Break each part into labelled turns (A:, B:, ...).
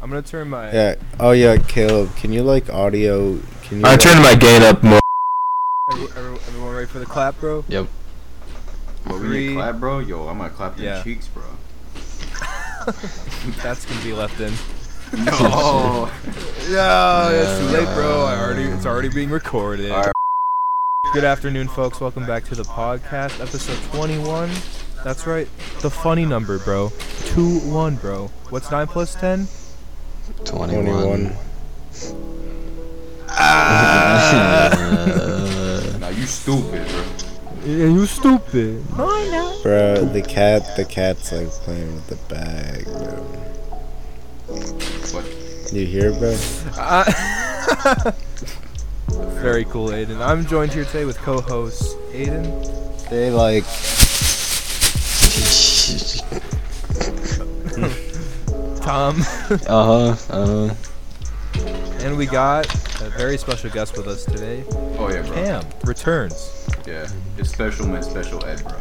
A: I'm gonna turn my.
B: Yeah. Oh yeah, Caleb. Can you like audio? Can you?
C: I
B: like-
C: turned my gain up more.
A: Every, every, everyone ready for the clap, bro?
D: What, we
A: Three.
D: need clap, bro? Yo, I'm gonna clap your
A: Yeah.
D: cheeks, bro.
A: That's gonna be left in.
D: No.
A: No, it's too late, bro. I already it's already being recorded.
D: Alright.
A: Good afternoon, folks. Welcome back to the podcast, episode 21. That's right, the funny number, bro. Two one, bro. What's nine plus ten?
B: 21.
D: nah, you stupid, bro.
A: Yeah, you stupid.
B: Bro, the cat. The cat's like playing with the bag. Bro.
D: What?
B: You hear, bro?
A: I- Uh, Very cool, Aiden. I'm joined here today with co-host Aiden.
B: They like.
A: Tom,
D: Uh-huh,
C: Uh huh. Uh
A: and we got a very special guest with us today.
D: Oh yeah, bro.
A: Cam returns.
D: Yeah, it's special man, special ed, bro.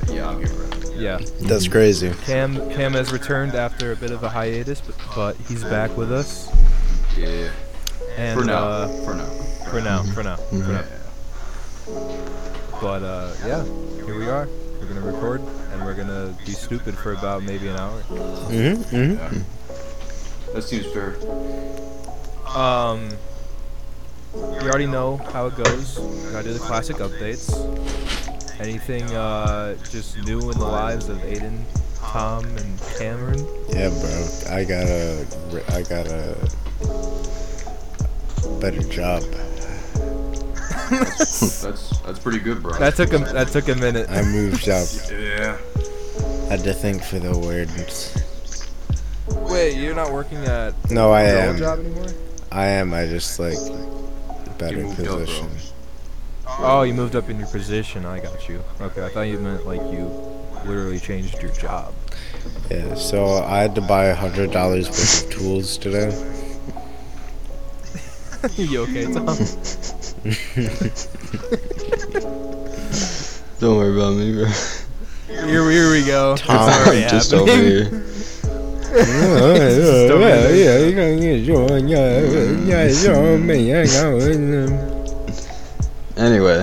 D: But yeah, I'm here, bro.
A: Yeah,
B: That's crazy.
A: Cam Cam has returned after a bit of a hiatus, but, but he's back with us.
D: Yeah.
A: And
D: For now.
A: Uh,
D: for now.
A: for now, for now, for now.
D: Yeah. Mm-hmm.
A: But uh, yeah, here we are. We're gonna record, and we're gonna be stupid for about maybe an hour.
B: Mhm. Mhm.
D: yeah. That seems fair.
A: Um, you already know how it goes. I do the classic updates. Anything uh, just new in the lives of Aiden, Tom, and Cameron?
B: Yeah, bro. I got a. re- I got a. Better job.
D: That's that's pretty good, bro.
A: That took a that took a minute.
B: I moved up.
D: yeah.
B: Had to think for the words.
A: Wait, you're not working at
B: No, I
A: your old
B: am.
A: job anymore?
B: I am. I just like better
D: You moved up, bro.
B: position.
A: Oh, you moved up in your position. I got you. Okay, I thought you meant like you literally changed your job.
B: yeah. So I had to buy a hundred dollars worth of tools today.
A: you okay, Tom?
C: Don't worry about me, bro.
A: Here, here we go.
B: Tom,
A: It's already
C: I'm just
A: happening.
C: over here.
A: Still good.
B: Bro,
C: Anyway.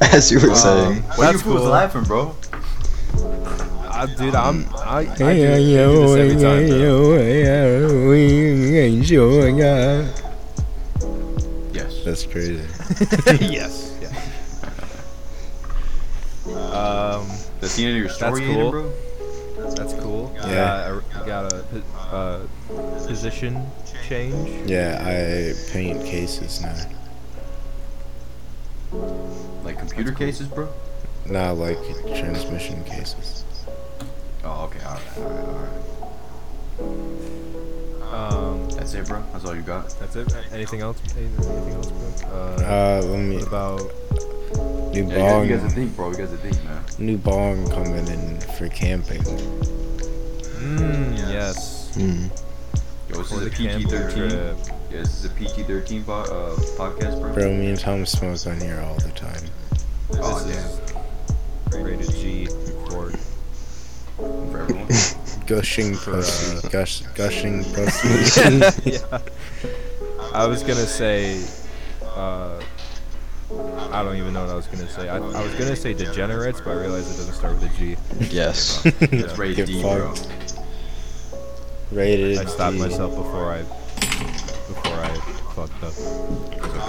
C: As you were saying,
D: Why
A: That's
D: you fools
A: cool.
D: laughing, bro?
A: I, Uh, dude, I'm. I, I do, I do this every time, bro.
D: Yes.
B: That's crazy.
A: yes. Um,
D: That's the end of your story, Aiden,
A: cool.
D: bro.
A: that's cool.
B: Yeah.
A: Got a, got a po- uh, position change.
B: Yeah, I paint cases now.
D: Like computer cases, bro.
B: Not like transmission cases.
D: Oh, okay. All right, all right, all right.
A: Um,
D: That's it, bro. That's all you got.
A: that's it. Anything else? Anything else? bro? Uh,
B: Uh, let me.
A: what about
B: New
D: Yeah, you, guys, you guys to
B: bong.
D: think, bro. You guys to think, man.
B: New bong coming in for camping.
A: mm, yes.
C: hmm,
D: Yo, this
A: For
D: is a
A: the uh, camping
D: PG-13.
A: trip.
D: Yeah, this is a PG-13 bo- uh, podcast, bro.
B: Bro, me and Tom smoke on here all the time.
D: oh,
A: This
D: damn.
A: is rated G for
D: For everyone.
B: Gushing
D: Uh,
B: pussy. Gush, gushing pussy.
A: yeah. I was gonna say, uh, I don't even know what I was gonna say. I, I was gonna say degenerates, but I realized it doesn't start with a G.
C: yes.
D: It's
B: Get
D: rated D, bro.
B: fucked. Rated
A: I stopped
B: D.
A: myself before I, before I fucked up.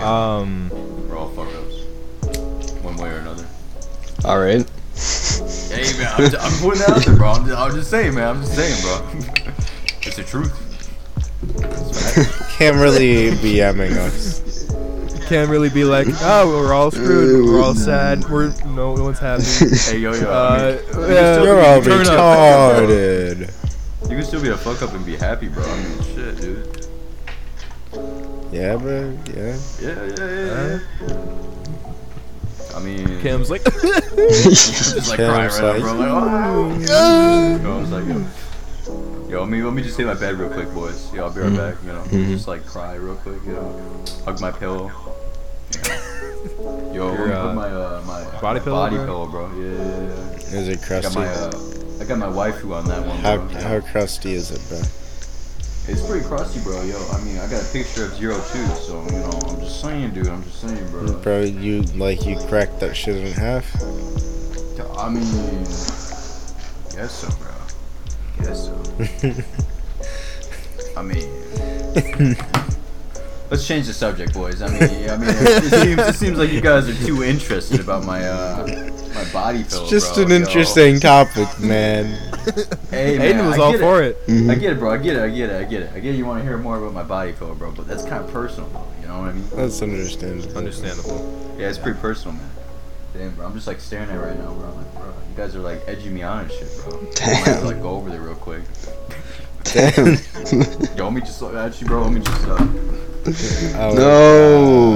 A: Um,
D: We're all fucked ups. One way or another.
C: All right.
D: Hey, man. I'm, ju- I'm putting that out there, bro. I'm just, I'm just saying, man. I'm just saying, bro. it's the truth. It's facts.
B: Can't really BMing us.
A: you can't really be like, oh, we're all screwed, we're all sad, we're no one's happy.
D: hey, yo, yo. I
A: Uh,
D: mean,
A: yeah,
B: You're all
A: turn up.
B: retarded.
D: you can still be a fuck up and be happy, bro. I mean, shit, dude.
B: Yeah, bro. Yeah.
D: Yeah, yeah, yeah. yeah. I mean,
A: Cam's like,
D: just like
B: Cam
D: crying
B: was
D: right now,
B: like,
D: bro. I'm Like, oh. Yo, I was like, yo. Yo, let me, let me just hit my bed real quick, boys. Yo, I'll be right
A: Mm-hmm.
D: back, you know. Just like cry real quick, you know. Hug my pillow. Yo,
A: Your,
D: let me
A: uh,
D: put my, uh, my
A: body pillow,
D: body
A: bro?
D: pillow, bro. Yeah, yeah, yeah.
B: Is it
D: Got
B: crusty?
D: my, uh, I got my waifu on that one.
B: How
D: bro.
B: how crusty is it, bro?
D: It's pretty crusty, bro. Yo, I mean, I got a picture of zero two, so you know, I'm just saying, dude. I'm just saying, bro.
B: Bro, you like you cracked that shit in half?
D: I mean, guess so, bro. Guess so. I mean, let's change the subject, boys. I mean, I mean, it seems, it seems like you guys are too interested about my uh my body pillow.
B: It's just
D: bro,
B: an
D: yo.
B: interesting topic, man.
D: Hey, man,
A: Aiden was
D: I
A: all
D: get
A: for it.
D: I get it, bro. I get it. I get it. I get it. I get it. You want to hear more about my body pillow, bro? But that's kind of personal, bro. You know what I mean?
A: Uh,
B: That's understandable.
A: Understandable.
D: Yeah, it's pretty personal, man. Damn, bro. I'm just like staring at it right now, bro. I'm like, bro, you guys are like edging me on and shit, bro. I might have to, like go over there real quick.
C: Damn.
D: Yo, let me just look at you, bro. Let me just. Uh,
B: Oh,
C: no,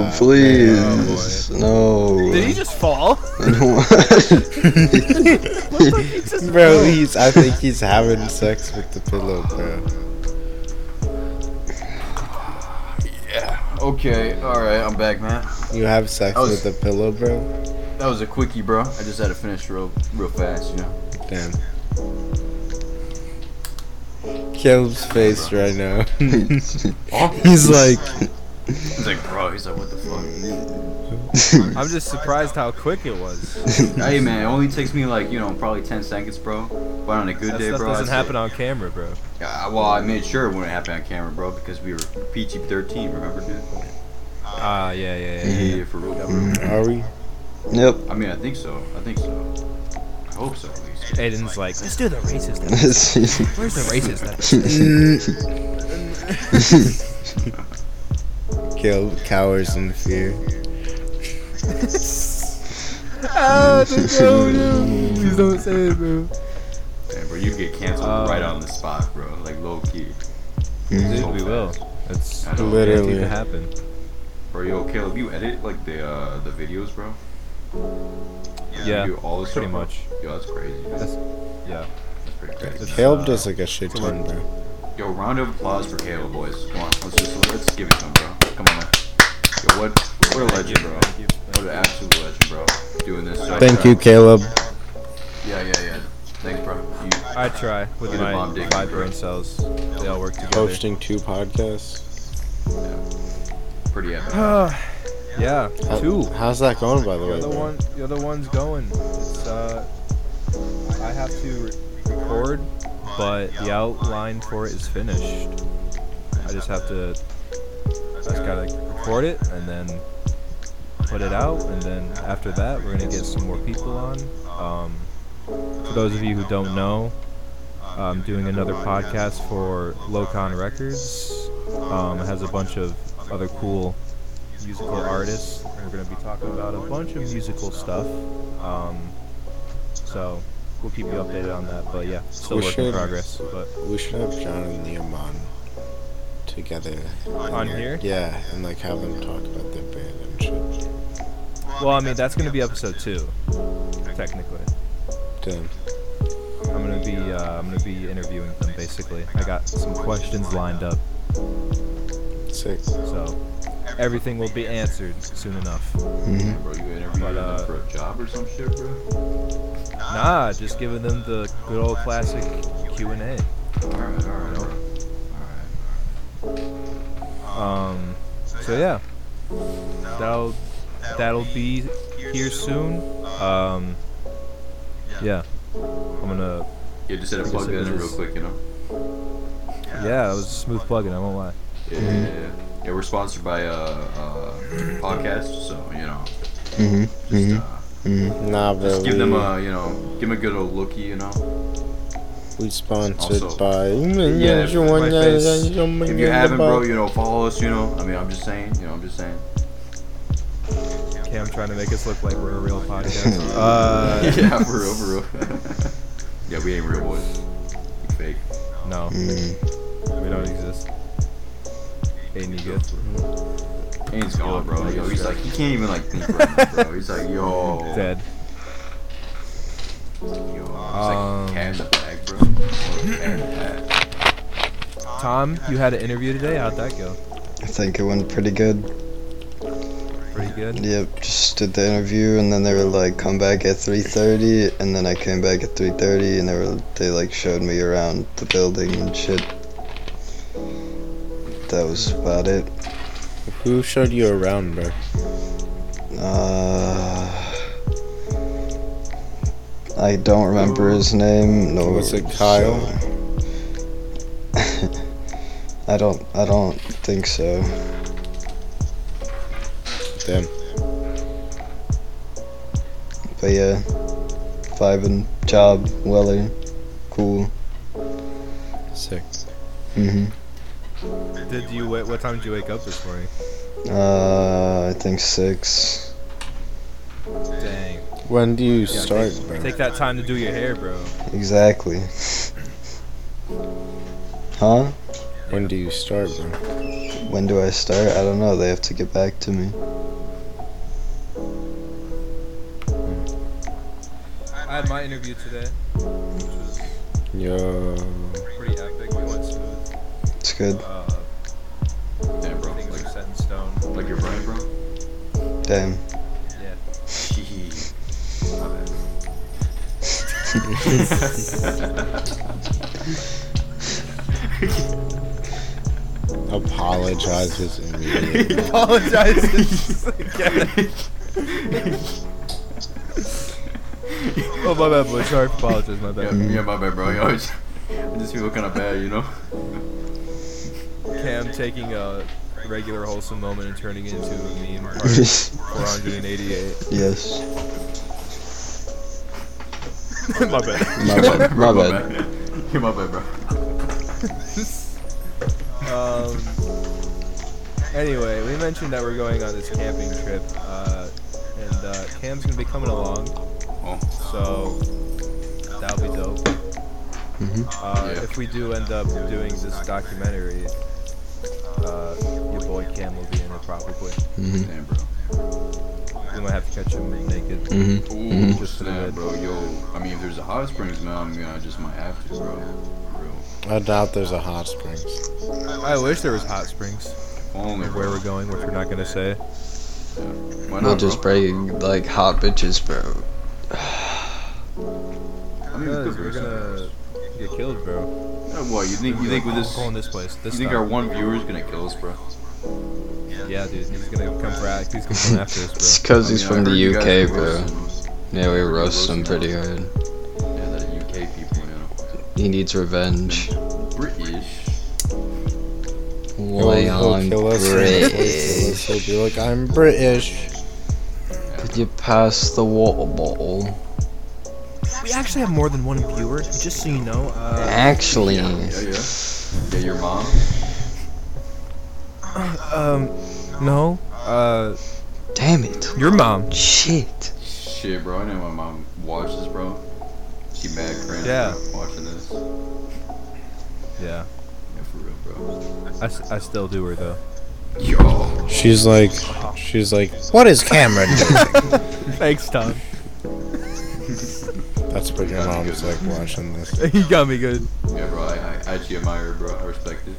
B: God.
C: please. no.
A: Did he just fall?
C: I don't want-
B: Bro, he's I think he's having sex with the pillow, bro.
D: okay, all right, I'm back, man.
B: You have sex
D: I was-
B: with the pillow, bro?
D: That was a quickie, bro. I just had to finish real, real fast, you know.
B: Damn. Caleb's face right now. he's like
D: He's like, bro. He's like, what the
A: Mm-hmm.
D: fuck?
A: I'm just surprised how quick it was.
D: hey, man. It only takes me like, you know, probably 10 seconds, bro. But on a good
A: That
D: day,
A: stuff
D: bro,
A: doesn't
D: it's
A: happen on camera, bro.
D: Like, uh, well, I made sure it wouldn't happen on camera, bro, because we were PG-13. Remember, dude?
A: Ah, yeah, yeah,
D: Yeah, Mm-hmm.
A: yeah.
D: yeah, for real.
B: Are we?
C: Yep.
D: I mean, I think so. I think so. I hope so, at least.
A: Aiden's like, let's do the racist. episode.
C: Mm-hmm.
A: Where's the racist? episode?"
B: Caleb cowers in fear.
A: Ah, Please don't say it, bro.
D: Damn, bro, you get canceled
A: Uh,
D: right on the spot, bro. Like low key.
A: Dude,
D: Mm-hmm.
A: we will. That's
D: I don't
B: Literally.
A: guaranteed to happen.
D: Bro, yo, Caleb, you edit like the uh, the videos, bro.
A: Yeah,
D: you do all this
A: pretty
D: stuff, bro?
A: much.
D: Yo, that's crazy. Dude.
A: That's- yeah.
D: That's pretty crazy.
B: Caleb does like a shit ton, bro.
D: Yo, round of applause for Caleb, boys. Come on, let's just let's give it to him, bro. Come on. Man. Yo, what what a legend, bro. What an absolute legend, bro. Doing this. so
B: Thank
D: proud.
B: you, Caleb.
D: Yeah, yeah, yeah. Thanks, bro. You,
A: I try with
D: Get a bomb
A: my
D: dick,
A: five
D: bro.
A: brain cells. They all work together.
B: Hosting two podcasts.
D: pretty epic.
A: yeah,
B: How-
A: two.
B: Uh, How's that going, by the
A: The
B: way?
A: other
B: bro?
A: one, the other one's going. It's, uh, I have to re- record, but the outline for it is finished. I just have to, I just gotta record it and then put it out, and then after that, we're gonna get some more people on. Um, for those of you who don't know, I'm doing another podcast for Locon Records. Um, it has a bunch of other cool musical artists. We're going to be talking about a bunch of musical stuff. Um, so we'll keep you updated on that. But yeah, still
B: We
A: work in
B: should-
A: progress. But
B: We should have John and Liam on together.
A: on here,
B: Yeah, and like have them talk about their band and shit.
A: well, I mean that's going to be episode two, technically.
B: Damn.
A: I'm gonna be uh, I'm gonna be interviewing them basically. I got some questions lined up,
B: Sick.
A: so everything will be answered soon enough.
D: Bro, you interviewing
A: But, uh,
D: them for a job or some shit, bro?
A: Nah, just giving them the good old classic Q and A.
D: Alright, alright, bro.
A: Um, so yeah, that'll that'll be here soon. Um, yeah, I'm gonna.
D: Yeah, just had to
A: Because
D: plug
A: it
D: that in real
A: was-
D: quick, you know?
A: Yeah, it was a smooth plugging. I won't lie.
D: Yeah,
B: Mm-hmm.
D: yeah, yeah. Yeah, we're sponsored by a uh, uh, podcast, so, you know,
C: Mhm.
D: just,
C: Mhm.
D: uh,
B: Nah, bro.
D: just give them
B: we-
D: a, you know, give them a good old lookie, you know?
B: We sponsored
D: Also-
B: by. Mm,
D: Yeah, if
A: my face-
D: If you haven't, bro, you know, follow us, you know? I mean, I'm just saying, you know, I'm just saying.
A: Cam trying to make us look like we're a real podcast. Uh,
D: yeah, for real, for real. yeah, we ain't real boys. We fake.
A: no,
C: Mm-hmm.
A: we don't exist. Ain't you good?
D: Ain't gone, bro. Yo, he's like, he can't even, like, think right now, bro. He's like, yo.
A: Dead.
D: Yo, it's
A: Um,
D: like cat in the bag, bro. Or cat in the bag.
A: Tom, you had an interview today. How'd that go?
C: I think it went pretty good.
A: Pretty You good?
C: Yep, just did the interview and then they were like, come back at 3.30 and then I came back at 3.30 and they were, they like showed me around the building and shit. That was about it.
B: Who showed you around, bro?
C: Uh, I don't remember his name. No,
B: Was it Kyle?
C: so- I don't, I don't think so.
B: Damn.
C: But yeah, vibing, job, Weller, cool.
B: Sick.
C: hmm
A: Did you? wa- What time did you wake up this morning?
C: Uh, I think six.
A: Dang.
B: When do you
A: Yeah,
B: start, bro?
A: Take that time to do your hair, bro.
C: Exactly. Huh?
B: When do you start, bro?
C: When do I start? I don't know. They have to get back to me.
A: I had my interview today, which was
B: Yo.
A: pretty epic. We went smooth.
C: It's good.
A: Uh,
D: Yeah, bro.
A: things
D: Like,
A: are set in stone.
D: like your brain, bro.
C: Damn.
A: Yeah.
D: Jeez.
B: Apologizes immediately.
A: he apologizes again. oh my bad, boy. Sorry, apologize. My
D: Yeah,
A: bad.
D: yeah, my bad, bro. Yo, I just, I just feel kind of bad, you know.
A: Cam taking a regular wholesome moment and turning it into a meme. Part
C: yes.
A: 488. my bad.
C: My bad. My bad.
D: Yeah, my bad, bro.
A: Um. Anyway, we mentioned that we're going on this camping trip, uh, and uh, Cam's gonna be coming along,
D: Oh,
A: so that'll be dope.
C: Mhm.
A: Uh,
D: Yeah.
A: If we do end up doing this documentary, uh, your boy Cam will be in it probably.
C: Mhm.
D: damn, bro.
A: We might have to catch him naked.
C: Mhm.
D: Ooh,
C: Mhm.
D: snap, bro. Yo, I mean, if there's a hot springs, man, I mean, I just might have to, bro. For real.
B: I doubt there's a hot springs.
A: I wish there was hot springs
D: If Only
A: where
D: bro.
A: we're going, which we're not gonna say.
D: Why
C: We'll
D: not,
C: just
D: bro?
C: break like hot bitches, bro.
D: I
A: Because
D: mean, it's good for
A: we're
D: yourself.
A: gonna get killed, bro.
D: Yeah, What Oh, you think? You think with this?
A: Going this place. This
D: You think our
A: time.
D: one viewer is gonna kill us, bro?
A: Yeah, dude. He's gonna come for us. He's gonna come after
C: It's
A: us,
C: because
D: I
C: he's
D: mean, I
C: from
D: heard
C: the
D: you guys
C: UK,
D: were
C: bro.
D: roasting-
C: Yeah, we
D: you
C: roast him
D: roasting
C: pretty
D: us.
C: hard.
D: Yeah, that UK people, you know.
C: He needs revenge.
D: British.
B: He'll,
C: Lay
B: he'll
C: on
B: kill us. He'll kill us.
C: British.
B: He'll be like, I'm British.
C: Could you pass the water bottle?
A: bro. We actually have more than one viewer. Just so you know. Uh,
C: Actually,
D: Yeah, yeah. Yeah, your mom.
A: um, no. Uh,
C: damn it.
A: your mom.
C: Shit.
D: Shit, bro. I know my mom watches, bro. She mad cringe.
A: Yeah.
D: bro, Watching this. Yeah,
A: Yeah.
D: for real, bro.
A: I, s- I still do her though.
D: Yo.
B: She's like, she's like, what is Cameron?
A: Thanks, Tom.
B: That's what your mom's like watching this.
A: you got me good.
D: Yeah, bro. I, I I actually admire, her, bro. I respect it.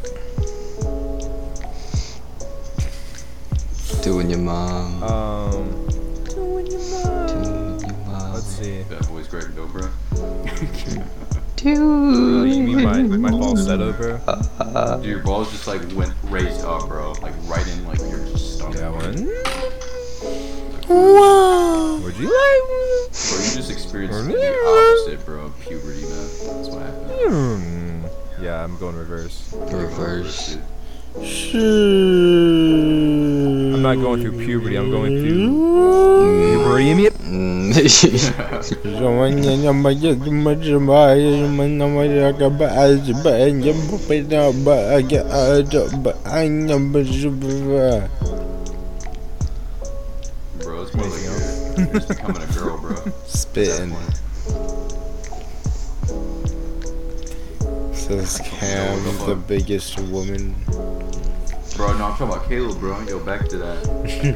C: Doing your mom.
A: Um,
C: Doing your mom.
A: let's see.
D: That boy's great, though, bro.
A: Uh, you mean my, my falsetto, bro?
D: Dude, your balls just like went raised up, bro. Like right in, like your stomach.
A: That
D: bro.
A: one. Whoa. Mm. Would you like?
D: Bro, you just experienced the opposite, bro. of Puberty, man. That's what happened.
A: Hmm. Yeah, I'm going reverse.
C: Reverse.
A: I'm not going through puberty. I'm going through puberty.
C: Mm.
D: Bro, it's more like you're, you're just becoming a girl, bro.
B: Spitting. Says Cam, the biggest woman.
D: Bro, no, I'm talking about Caleb, bro. Yo, back to that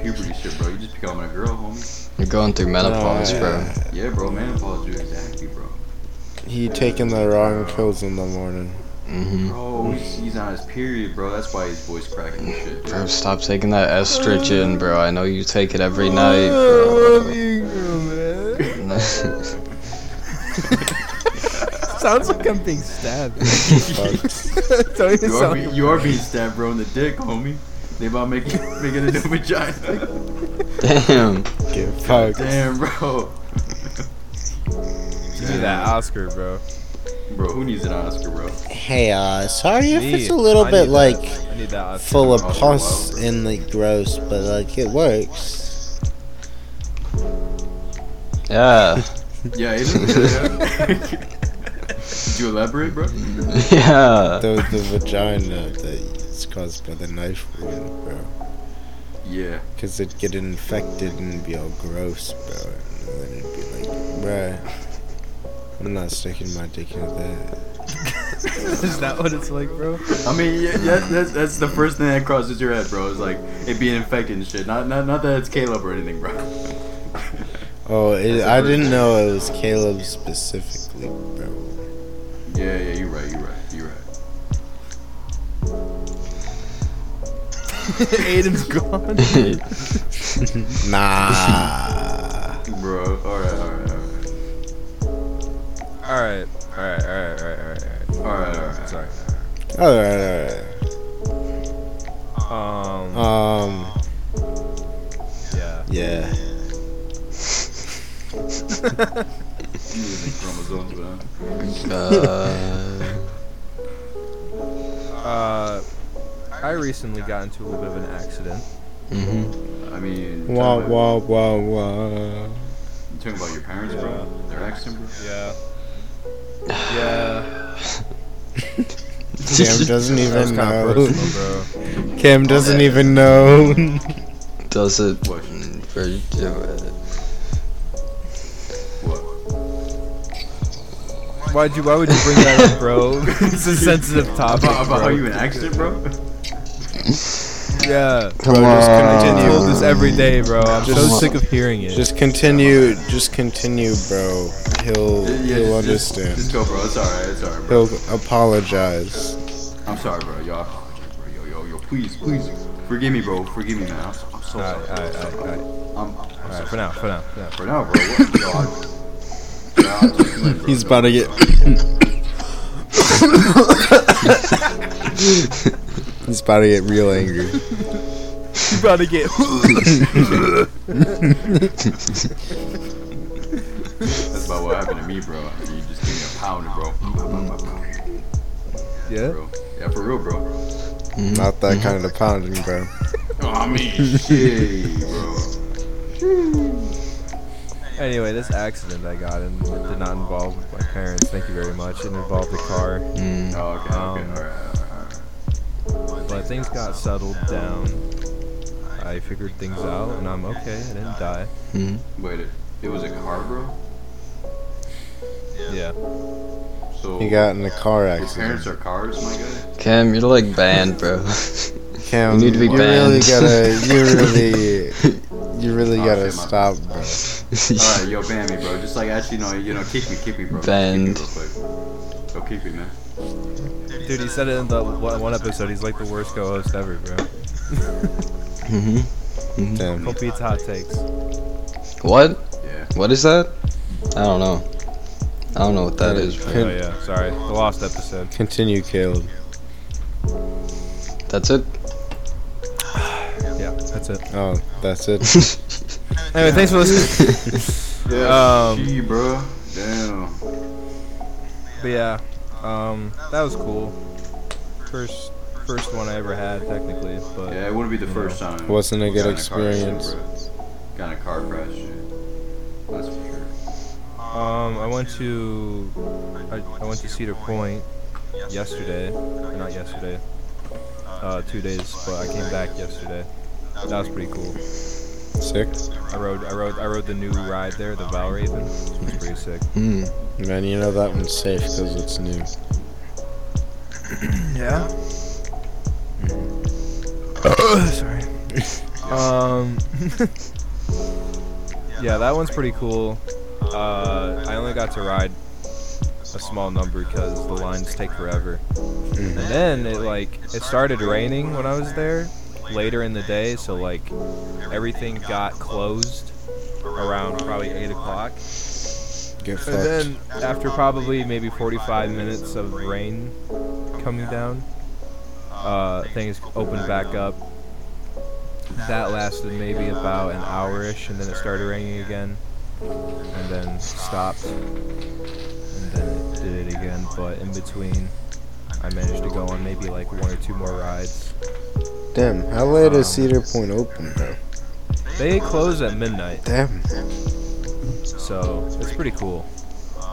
D: puberty shit, bro. You just becoming a girl, homie.
C: You're going through menopause,
B: Oh,
C: bro.
D: Yeah, bro, menopause, dude. Exactly, bro.
B: He taking the wrong pills in the morning.
C: hmm
D: Bro, he's, he's on his period, bro. That's why his voice cracking and shit.
C: Bro, stop taking that estrogen, bro. I know you take it every night, bro.
A: Sounds like I'm being stabbed. Don't even
D: You are,
A: sound
D: being, you are being stabbed, bro, in the dick, homie. They about making making a new vagina.
C: Damn.
B: Get fucked.
D: Damn, bro.
A: Give me that Oscar, bro.
D: Bro, who needs an Oscar, bro?
B: Hey, uh, sorry if
A: Me,
B: it's a little
A: I
B: bit
A: need
B: like
A: that. I need that Oscar.
B: full of
D: Oh, wow.
B: pus and like gross, but like it works.
C: Yeah.
D: Yeah, it is. Did you elaborate, bro?
C: Yeah.
B: The the vagina that it's caused by the knife wound, bro.
D: Yeah.
B: Cause it'd get infected and be all gross, bro. And then it'd be like, bruh, I'm not sticking my dick into that.
A: Is that what it's like, bro?
D: I mean, yeah, yeah that's, that's the first thing that crosses your head, bro. Is like it being infected and shit. Not not, not that it's Caleb or anything, bro.
B: Oh, it,
D: That's a
B: I
D: bird.
B: didn't know it was Caleb specifically, bro.
D: Yeah, yeah, you're right, you're right, you're right.
A: Aiden's gone.
B: Nah.
D: Bro, alright, alright, alright.
A: All right, all right, all right, all right, all right.
D: Alright, alright.
A: Sorry.
B: all right, all
A: Um.
B: right. Um,
A: yeah.
B: yeah.
D: You using chromosomes, bro.
C: Uh,
A: Uh, I recently got into a little bit of an accident.
C: hmm
D: I mean, you're
B: Wah
D: talking about-
B: wah wah wah.
D: you're talking about your parents, bro. Their accent, bro.
A: Yeah. Yeah.
B: Cam doesn't
A: That's
B: even
A: kind of
B: know.
A: personal, bro.
B: Cam doesn't even know.
C: Does it?
D: What?
C: For,
D: What?
A: Why'd you? Why would you bring that up, bro? it's a sensitive topic.
D: About, about how
A: bro.
D: you an accent, bro?
A: Yeah.
C: Come
A: bro, Just
C: on.
A: continue told this every day, bro. I'm
B: Just-
A: so sick of hearing it.
B: just continue. Just continue, bro. He'll
D: Yeah,
B: he'll
D: just-
B: understand.
D: Just, just go, bro. It's alright, it's alright, bro.
B: He'll apologize.
D: I'm sorry, bro. Yo, I apologize, bro. Yo, yo, yo, please, please. Forgive me, bro. Forgive me, man. I'm, so- I'm so
A: all right,
D: sorry.
A: all right, all right, all right.
D: I'm, I'm
A: All
D: so
A: right, for now, for now, for now.
D: For now, bro. What? Yo, I, yo, I'll talk to you later, bro.
B: He's about to get. He's about to get real angry.
A: You about to get?
D: That's about what happened to me, bro. You just give me a pounder, bro.
A: yeah.
D: Bro. Yeah, for real, bro.
C: Mm-hmm.
B: Not that kind of pounding, bro.
D: Oh, I mean, shit, bro.
A: Anyway, this accident I got in did not involve my parents. Thank you very much. It involved the car.
C: Mm.
D: Oh, okay, okay,
A: Um,
D: alright, alright, alright.
A: But things got settled down. I figured things out, and I'm okay. I didn't die.
D: Wait, it, it was a car, bro?
A: Yeah.
D: So,
B: He got in a car
D: your parents
B: accident.
D: are cars, my guy?
C: Cam, you're like banned, bro.
B: Cam,
C: You need to be
B: you really
C: banned.
B: gotta, you really, you really
D: Oh,
B: gotta
D: shit, my-
B: stop, bro.
D: Alright, yo, ban me, bro. Just like, actually, no, you know, kick me, kick me, bro.
C: Banned.
D: Kick me real quick. Yo, kick me, man.
A: Dude, he said it in the one one episode. He's like the worst co-host ever, bro.
C: hmm
B: Damn.
A: Hope it's hot takes.
C: What?
D: Yeah.
C: What is that? I don't know. I don't know what that is. Bro.
A: Oh yeah, sorry, the lost episode.
B: Continue, Caleb.
C: That's it.
A: Yeah, that's it.
B: Oh, that's it.
A: Anyway, thanks for listening.
D: Yeah,
A: Um,
D: gee, bro. Damn.
A: But yeah, um, that was cool. First, first one I ever had technically, but
D: Yeah, it wouldn't be the first time.
B: Wasn't a
D: we
B: good
D: got in car accident,
B: experience.
D: bro. Got in a car crash. Shit. That's for sure.
A: um, I went to, I, I went to Cedar Point yesterday, or not yesterday, uh, two days, but I came back yesterday. That was pretty cool.
B: Sick.
A: I rode, I rode, I rode the new ride there, the Valraven. It was pretty sick.
C: Mm.
B: Man, you know that one's safe because it's new.
A: Yeah. Sorry. Um. yeah, that one's pretty cool. Uh, I only got to ride a small number because the lines take forever. And then it like it started raining when I was there later in the day, so like everything got closed around probably eight o'clock.
B: Get
A: And
B: fucked.
A: then after probably maybe 45 minutes of rain coming down, uh, things opened back up. That lasted maybe about an hour-ish, and then it started raining again, and then stopped, and then it did it again. But in between, I managed to go on maybe like one or two more rides.
B: Damn, how late is Cedar Point open, bro?
A: They close at midnight.
B: Damn.
A: so it's pretty cool.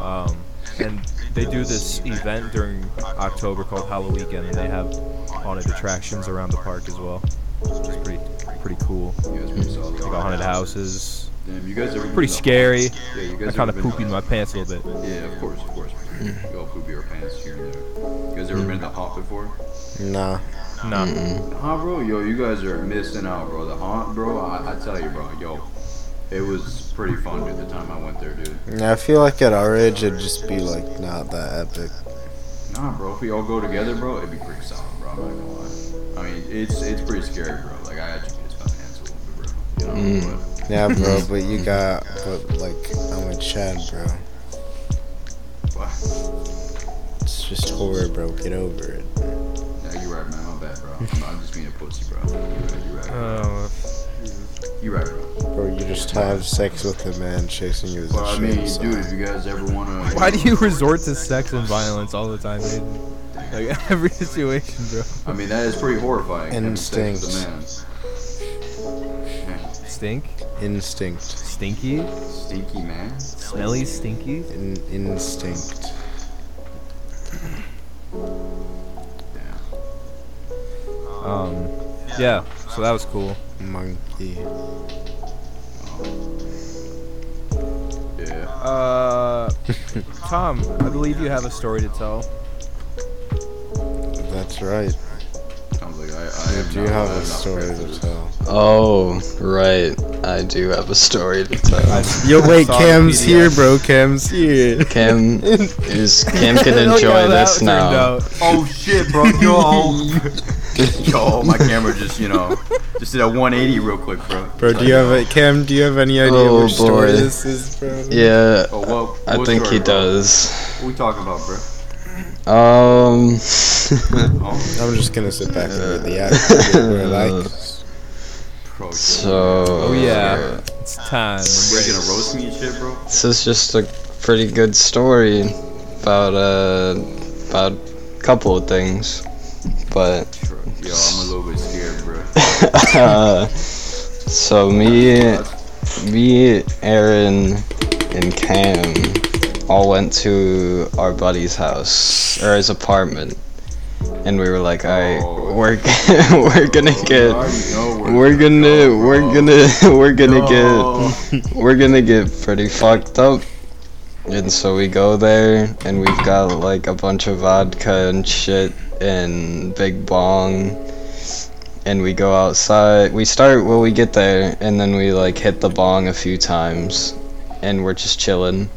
A: Um, and they do this event during October called Halloween, and they have haunted attractions around the park as well. It's pretty pretty cool.
D: You guys pretty solid.
A: They got haunted houses,
D: Damn, you guys ever been
A: pretty
D: to-
A: scary.
D: Yeah, you guys
A: I kind
D: ever
A: of
D: been-
A: pooped in my pants a little bit.
D: Yeah, of course, of course. You all poopy your pants here and there. You guys ever been to the haunt before?
B: Nah.
A: Nah,
D: The haunt, bro? Yo, you guys are missing out, bro. The haunt, bro, I, I tell you, bro, yo, it was pretty fun at the time I went there, dude.
B: Nah, I feel like at our age it'd just be like not that epic.
D: Nah, bro, if we all go together, bro, it'd be pretty solid, bro. I'm not gonna lie. I mean, it's it's pretty scary, bro. Like, I had to piss my pants a little bit, bro. You know,
B: Yeah, bro, but you got, but like, I'm a Chad, bro.
D: but, but
B: It's just horror, bro. Get over it.
D: nah, you're right, man. My bad, bro. I'm, I'm just being a pussy, bro. You're right, you're right.
A: oh,
D: You're right, bro.
B: Or you just have sex with a man chasing you with
D: But,
B: a
D: I mean,
B: shit. so-
D: dude, if you guys ever wanna.
A: why do you resort to sex and violence all the time, Aiden? Like every situation, bro.
D: I mean, that is pretty horrifying. having sex with
B: Instincts.
D: a man. Man,
A: Stink,
B: Instinct.
A: stinky,
D: Stinky man.
A: smelly, stinky.
B: In- instinct.
D: Yeah.
A: Um, yeah. So that was cool.
B: Monkey.
D: Yeah.
A: Uh, Tom, I believe you have a story to tell.
B: That's right.
D: I was like, I, I am
B: Do you
D: not-
B: have
D: I
B: a
D: am not
B: story
D: prepared for
B: to
D: this.
B: tell?
C: Oh, right. I do have a story to tell.
B: Yo, wait,
A: Saw the
B: Cam's
A: PDF.
B: here, bro. Cam's here.
C: Cam is Cam can
A: Look
C: enjoy
A: how that
C: this
A: turned
C: now.
A: out.
D: Oh shit, bro. Yo. Yo, my camera just, you know, just did a 180 real quick, bro.
B: Bro, do you have a Cam? Do you have any idea
C: Oh,
B: which story
C: boy.
B: this is, bro?
C: Yeah,
D: Oh, well,
C: I
D: what
C: think
D: story,
C: he
D: bro?
C: does.
D: What we talking about, bro?
C: Um,
D: Oh,
B: I'm just gonna sit back and read the app. We're like,
D: bro.
C: so
A: Oh yeah, it's time.
D: Were you gonna roast me and shit, bro?
C: This is just a pretty good story about uh about a couple of things, but
D: Sure. Yo, I'm a little bit scared, bro.
C: uh, so me, me, Aaron, and Cam all went to our buddy's house or his apartment, and we were like, all right,
D: Oh.
C: we're g- we're gonna
D: I
C: get.
D: already know where
C: We're gonna,
D: go,
C: we're
D: bro.
C: gonna, we're gonna get,
D: Yo.
C: we're gonna get pretty fucked up. And so we go there, and we've got like a bunch of vodka and shit, and big bong. And we go outside. We start well. We get there, and then we like hit the bong a few times, and we're just chilling.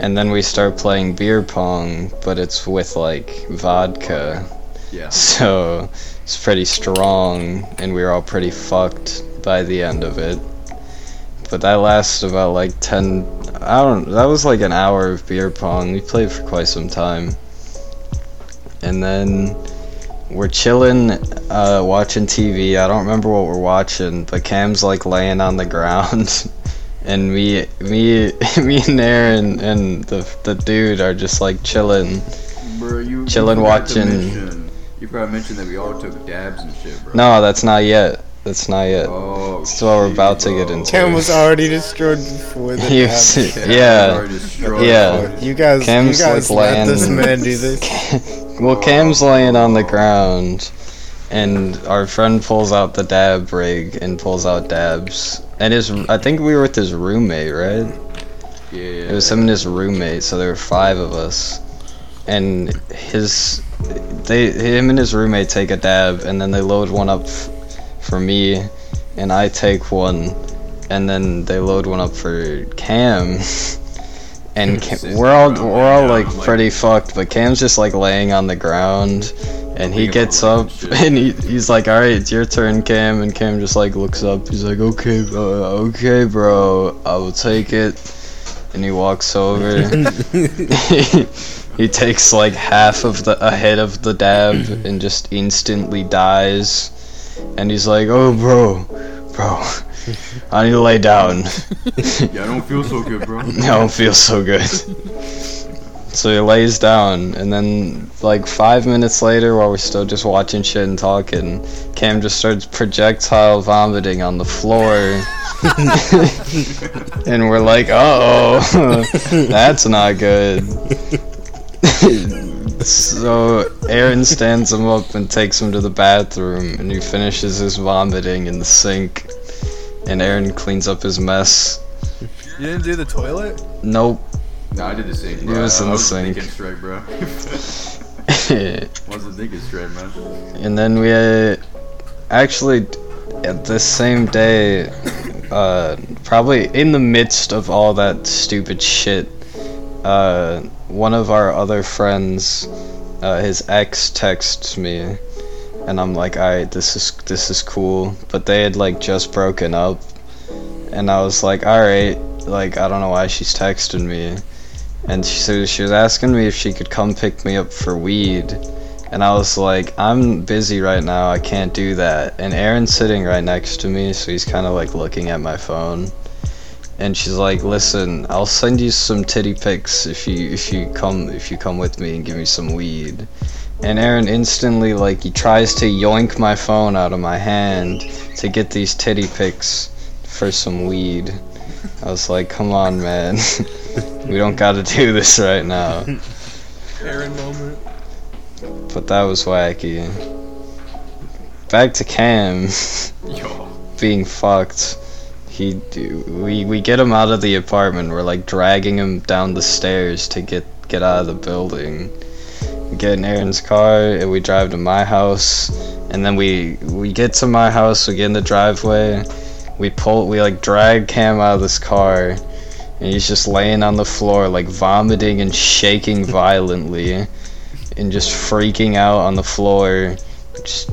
C: And then we start playing beer pong, but it's with like vodka.
D: Yeah.
C: So it's pretty strong, and we were all pretty fucked by the end of it. But that lasted about like 10. I don't. That was like an hour of beer pong. We played for quite some time. And then we're chilling, uh, watching TV. I don't remember what we're watching, but Cam's like laying on the ground. And me, me, me and Aaron and the, the dude are just like chilling.
D: Bro, you you
C: Chillin'
D: forgot to
C: watching-
D: mention- You probably mentioned that we all took dabs and shit, bro.
C: No, that's not yet. That's not yet.
D: Oh,
C: That's what we're
D: shit,
C: about to
D: bro.
C: get into.
B: Cam was already destroyed before the
C: He was-
B: app.
C: yeah. Yeah.
B: You guys,
C: Cam's,
B: you guys
C: like,
B: let this
C: laying-
B: man do this.
C: Well, Cam's laying on the ground, and our friend pulls out the dab rig and pulls out dabs. And his, I think we were with his roommate, right?
D: Yeah,
C: It was him and his roommate, so there were five of us. And his, they, him and his roommate take a dab, and then they load one up f- for me, and I take one, and then they load one up for Cam, and Cam, we're all we're all like pretty fucked, but Cam's just like laying on the ground, and he gets up and he, he's like, "All right, it's your turn, Cam," and Cam just like looks up. He's like, "Okay, bro, okay, bro, I will take it," and he walks over. he takes like half of the a hit of the dab and just instantly dies, and he's like, "Oh, bro, bro." I need to lay down.
D: Yeah, I don't feel so good, bro.
C: I don't feel so good. So he lays down, and then like five minutes later, while we're still just watching shit and talking, Cam just starts projectile vomiting on the floor, and we're like, "Uh oh, that's not good." so Aaron stands him up and takes him to the bathroom, and he finishes his vomiting in the sink, and Aaron cleans up his mess.
A: You didn't do the toilet?
C: Nope.
D: Nah, I did the same.
C: He was in the sink.
D: Thinking straight, bro. wasn't thinking straight, man.
C: And then we uh, actually at the same day, uh, probably in the midst of all that stupid shit, uh, one of our other friends, uh, his ex, texts me, and I'm like, alright, this is this is cool. But they had like just broken up, and I was like, alright, like I don't know why she's texting me, and she so she was asking me if she could come pick me up for weed. And I was like, I'm busy right now. I can't do that. And Aaron's sitting right next to me, so he's kind of like looking at my phone. And she's like, "Listen, I'll send you some titty pics if you if you come if you come with me and give me some weed." And Aaron instantly like he tries to yoink my phone out of my hand to get these titty pics for some weed. I was like, "Come on, man. we don't got to do this right now."
A: Aaron moment.
C: But that was wacky. Back to Cam
D: Yo.
C: being fucked. He do- we we get him out of the apartment. We're like dragging him down the stairs to get get out of the building. We get in Aaron's car and we drive to my house. And then we we get to my house. We get in the driveway. We pull we like drag Cam out of this car, and he's just laying on the floor like vomiting and shaking violently, and just freaking out on the floor, just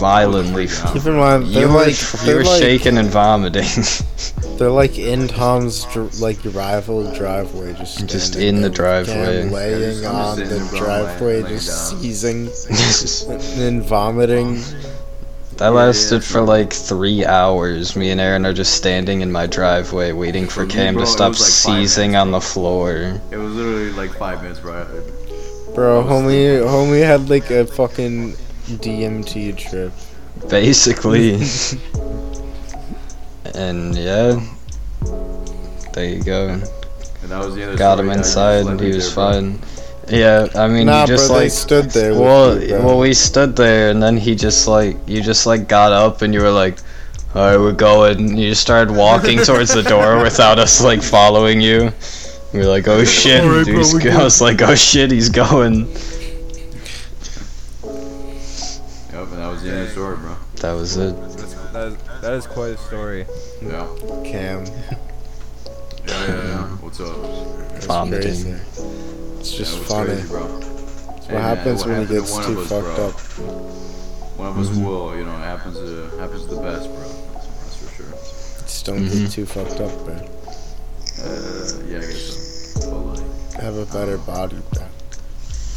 C: violently
B: Keep in mind, they're
C: you were,
B: like
C: you
B: they're
C: were
B: like,
C: shaking and vomiting
B: They're like in Tom's dr- like rival driveway, just
C: Just
B: standing
C: in the
B: there with
C: driveway.
B: Cam
D: Yeah,
B: laying
D: just- I'm just
B: on
D: sitting in
B: the
D: the wrong way,
B: driveway,
D: laying
B: just
D: down.
B: seizing and vomiting.
C: that lasted for like three hours me and aaron are just standing in my driveway waiting for
D: For me,
C: cam
D: bro,
C: to
D: it
C: stop
D: was like five
C: seizing on the floor
D: It was literally like five minutes, bro.
B: Bro, homie, homie had like a fucking DMT trip.
C: basically and yeah there you go
D: And that was the other
C: got
D: story,
C: him
D: yeah, you just
C: inside
D: let
C: and
D: me
C: he
D: there,
C: was
D: bro.
C: fine yeah i mean
B: nah,
C: he just
B: bro, they
C: like
B: stood there. with
C: Well,
B: you, bro.
C: well, we stood there, and then he just like you just like got up, and you were like, "All right, we're going." And you just started walking towards the door without us like following you. We were like, "Oh shit!"
A: All right, bro,
C: he's
A: we're
C: go- I was like, "Oh shit, he's going."
D: Yep, and that was the end of the story, bro.
C: That was it.
A: That's, that, is, that is quite a story.
D: Yeah.
B: Cam,
D: Yeah, yeah, yeah. What's up?
B: it's
C: Vomiting.
B: crazy. It's just
D: yeah, it was
B: funny.
D: Crazy, bro. uh,
B: It's what happens when he gets too fucked up. Mm-hmm.
D: up. One of us will, you know, it happens to happens to the best, bro. That's for sure.
B: Just don't get too fucked up, bro.
D: Uh, yeah, I guess so. But like,
B: Have a better body, bro.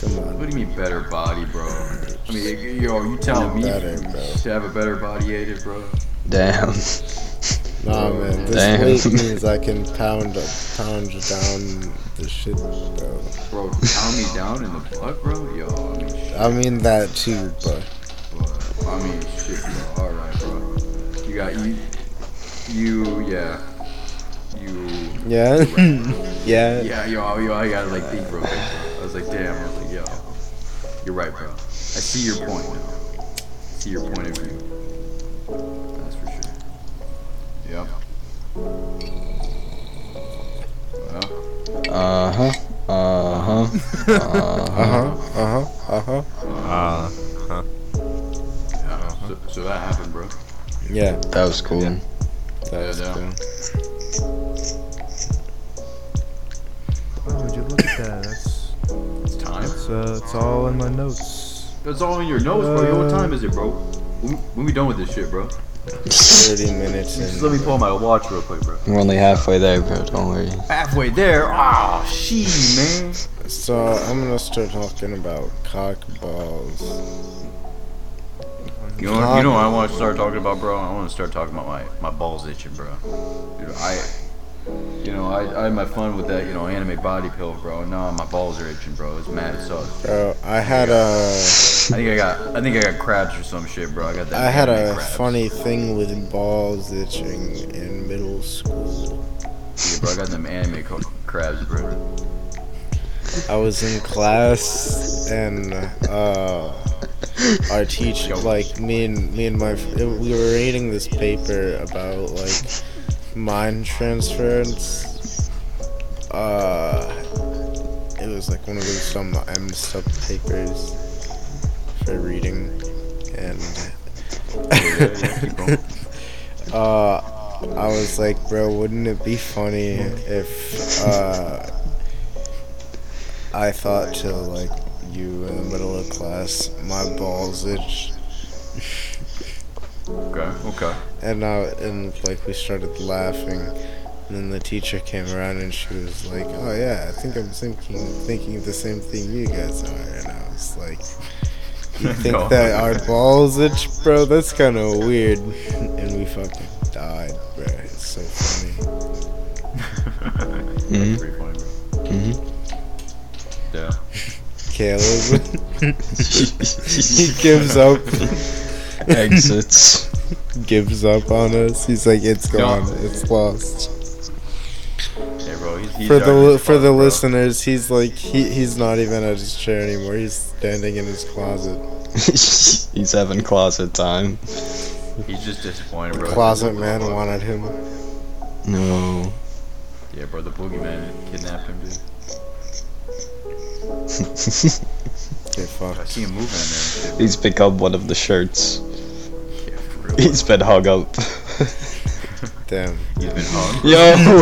B: Come on.
D: what do you mean better body, bro? I mean, yo, you telling me
B: Better, bro.
D: to have a better body, aided, bro?
C: Damn.
D: Oh,
B: Nah, man, this
C: Damn.
B: weight means I can pound up, pound down the shit, bro.
D: Bro, pound me down in the butt, bro? Yo, I mean, shit,
B: I mean that too, but
D: bro. I mean, shit, bro. All right, bro. You got you, you, yeah, you.
B: yeah, yeah.
D: Yeah, yo, yo, I gotta like think real quick, bro. I was like, damn, I was like, yo, you're right, bro. I see your point. I see your point of view. That's for sure. Yep. Well,
C: Uh huh. Uh huh.
B: Uh huh. Uh huh. Uh huh.
A: Uh,
D: yeah. So, so that happened, bro.
B: Yeah,
C: That was cool.
B: that's
D: Yeah,
B: cool.
A: It's uh, it's all in my notes.
D: That's all in your notes, bro. Yo, what
A: Uh,
D: time is it, bro? When when we done with this shit, bro?
B: 30 minutes
D: Just
B: and
D: let me pull my watch real quick, bro.
C: We're only halfway there, bro. Don't worry.
D: Halfway there. Ah, oh, she man.
B: So I'm gonna start talking about cock balls.
D: You know, what- you know what I want to start talking about, bro? I want to start talking about my, my balls itching, bro. Dude, I, you know, I, I had my fun with that, you know, anime body pill, bro. And now my balls are itching, bro. It's mad. It sucks.
B: Bro, I had a
D: I think I got, I think I got crabs or some shit, bro. I got that.
B: I had
D: anime
B: a
D: crabs.
B: funny thing with balls itching in middle school.
D: Yeah, bro, I got them anime co- crabs, bro.
B: I was in class and uh, our teacher, like me and me and my, fr- we were reading this paper about like mind transference. Uh, it was like one of those some M sub papers for reading, and
D: Keep going.
B: uh, I was like, bro, wouldn't it be funny if uh, I thought to like you in the middle of class, my balls itch,
D: Okay, okay.
B: and I and like we started laughing. And then the teacher came around and she was like, "Oh yeah, I think I'm thinking thinking the same thing you guys are." And I was like, "You think
D: No.
B: that our balls itch, bro? That's kind of weird." And we fucking died, bro. It's so funny.
C: Mm-hmm.
D: That's
B: Mm-hmm.
D: pretty funny, bro.
C: Mhm.
D: Yeah.
B: Caleb. he gives up.
C: Exits.
B: Gives up on us. He's like, it's
D: No.
B: gone. It's lost.
D: Yeah, bro. He's, he's
B: For the
D: dark
B: li-
D: as
B: for
D: fuck,
B: the
D: bro.
B: listeners, he's like he, he's not even at his chair anymore. He's standing in his closet.
C: He's having closet time.
D: He's just disappointed,
B: The
D: bro.
B: closet man wanted him.
C: No.
D: Yeah, bro. The boogeyman kidnapped him, dude.
B: Okay,
D: I
B: fuck.
D: see him moving in there. and
C: He's picked up one of the shirts.
D: shit. Yeah, for real.
C: He's been hung up.
B: Damn.
D: He's been hung.
C: Yo!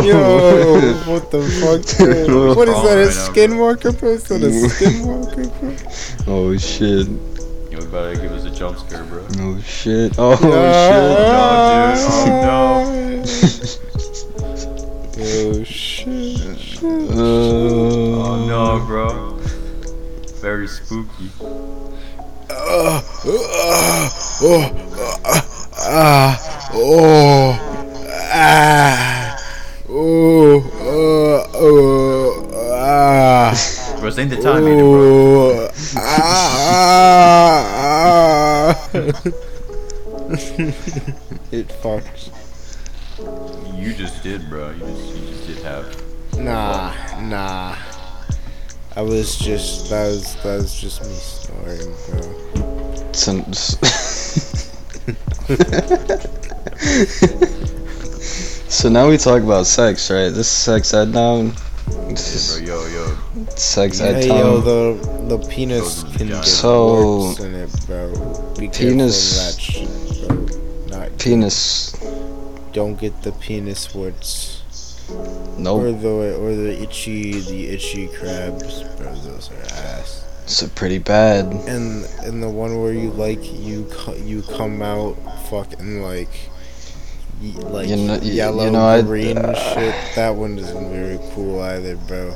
B: Yo, what the fuck? dude? What is that? A
D: Alright, okay.
B: skinwalker post? Is that a skinwalker post?
C: Oh shit.
D: You about to give us a jump scare, bro.
C: Oh shit. Oh Uh,
D: No,
B: shit. Oh, no. oh, shit.
C: shit. Uh,
D: Oh no, bro. Very spooky.
B: Uh, uh, oh, uh, ah, oh, ah, oh, uh, oh, ah,
D: Bro, this ain't the time, ain't it, bro.
B: oh, ah, ah, ah. It fucked.
D: You just did, bro. You just, you just did have.
B: Nah, nah. I was just that was that was just me snoring, bro.
C: Since. so now we talk about sex, right? This is sex ed now. This
D: Bro,
C: is
D: yo, yo.
C: sex ed
B: Hey
C: time.
B: yo, the the penis
D: Those are
B: can
D: giant.
B: get
C: So-
B: warts in it, bro. Be
C: Penis-
B: careful of that shit, bro. Not
C: Penis.
B: don't get the penis warts or
C: Nope.
B: the or the itchy the itchy crabs, bro. Those are ass.
C: It's a pretty bad.
B: And and the one where you like you co- you come out fucking like ye- like
C: You kn- y- you
B: yellow
C: know, I-
B: green shit. That one isn't very cool either, bro.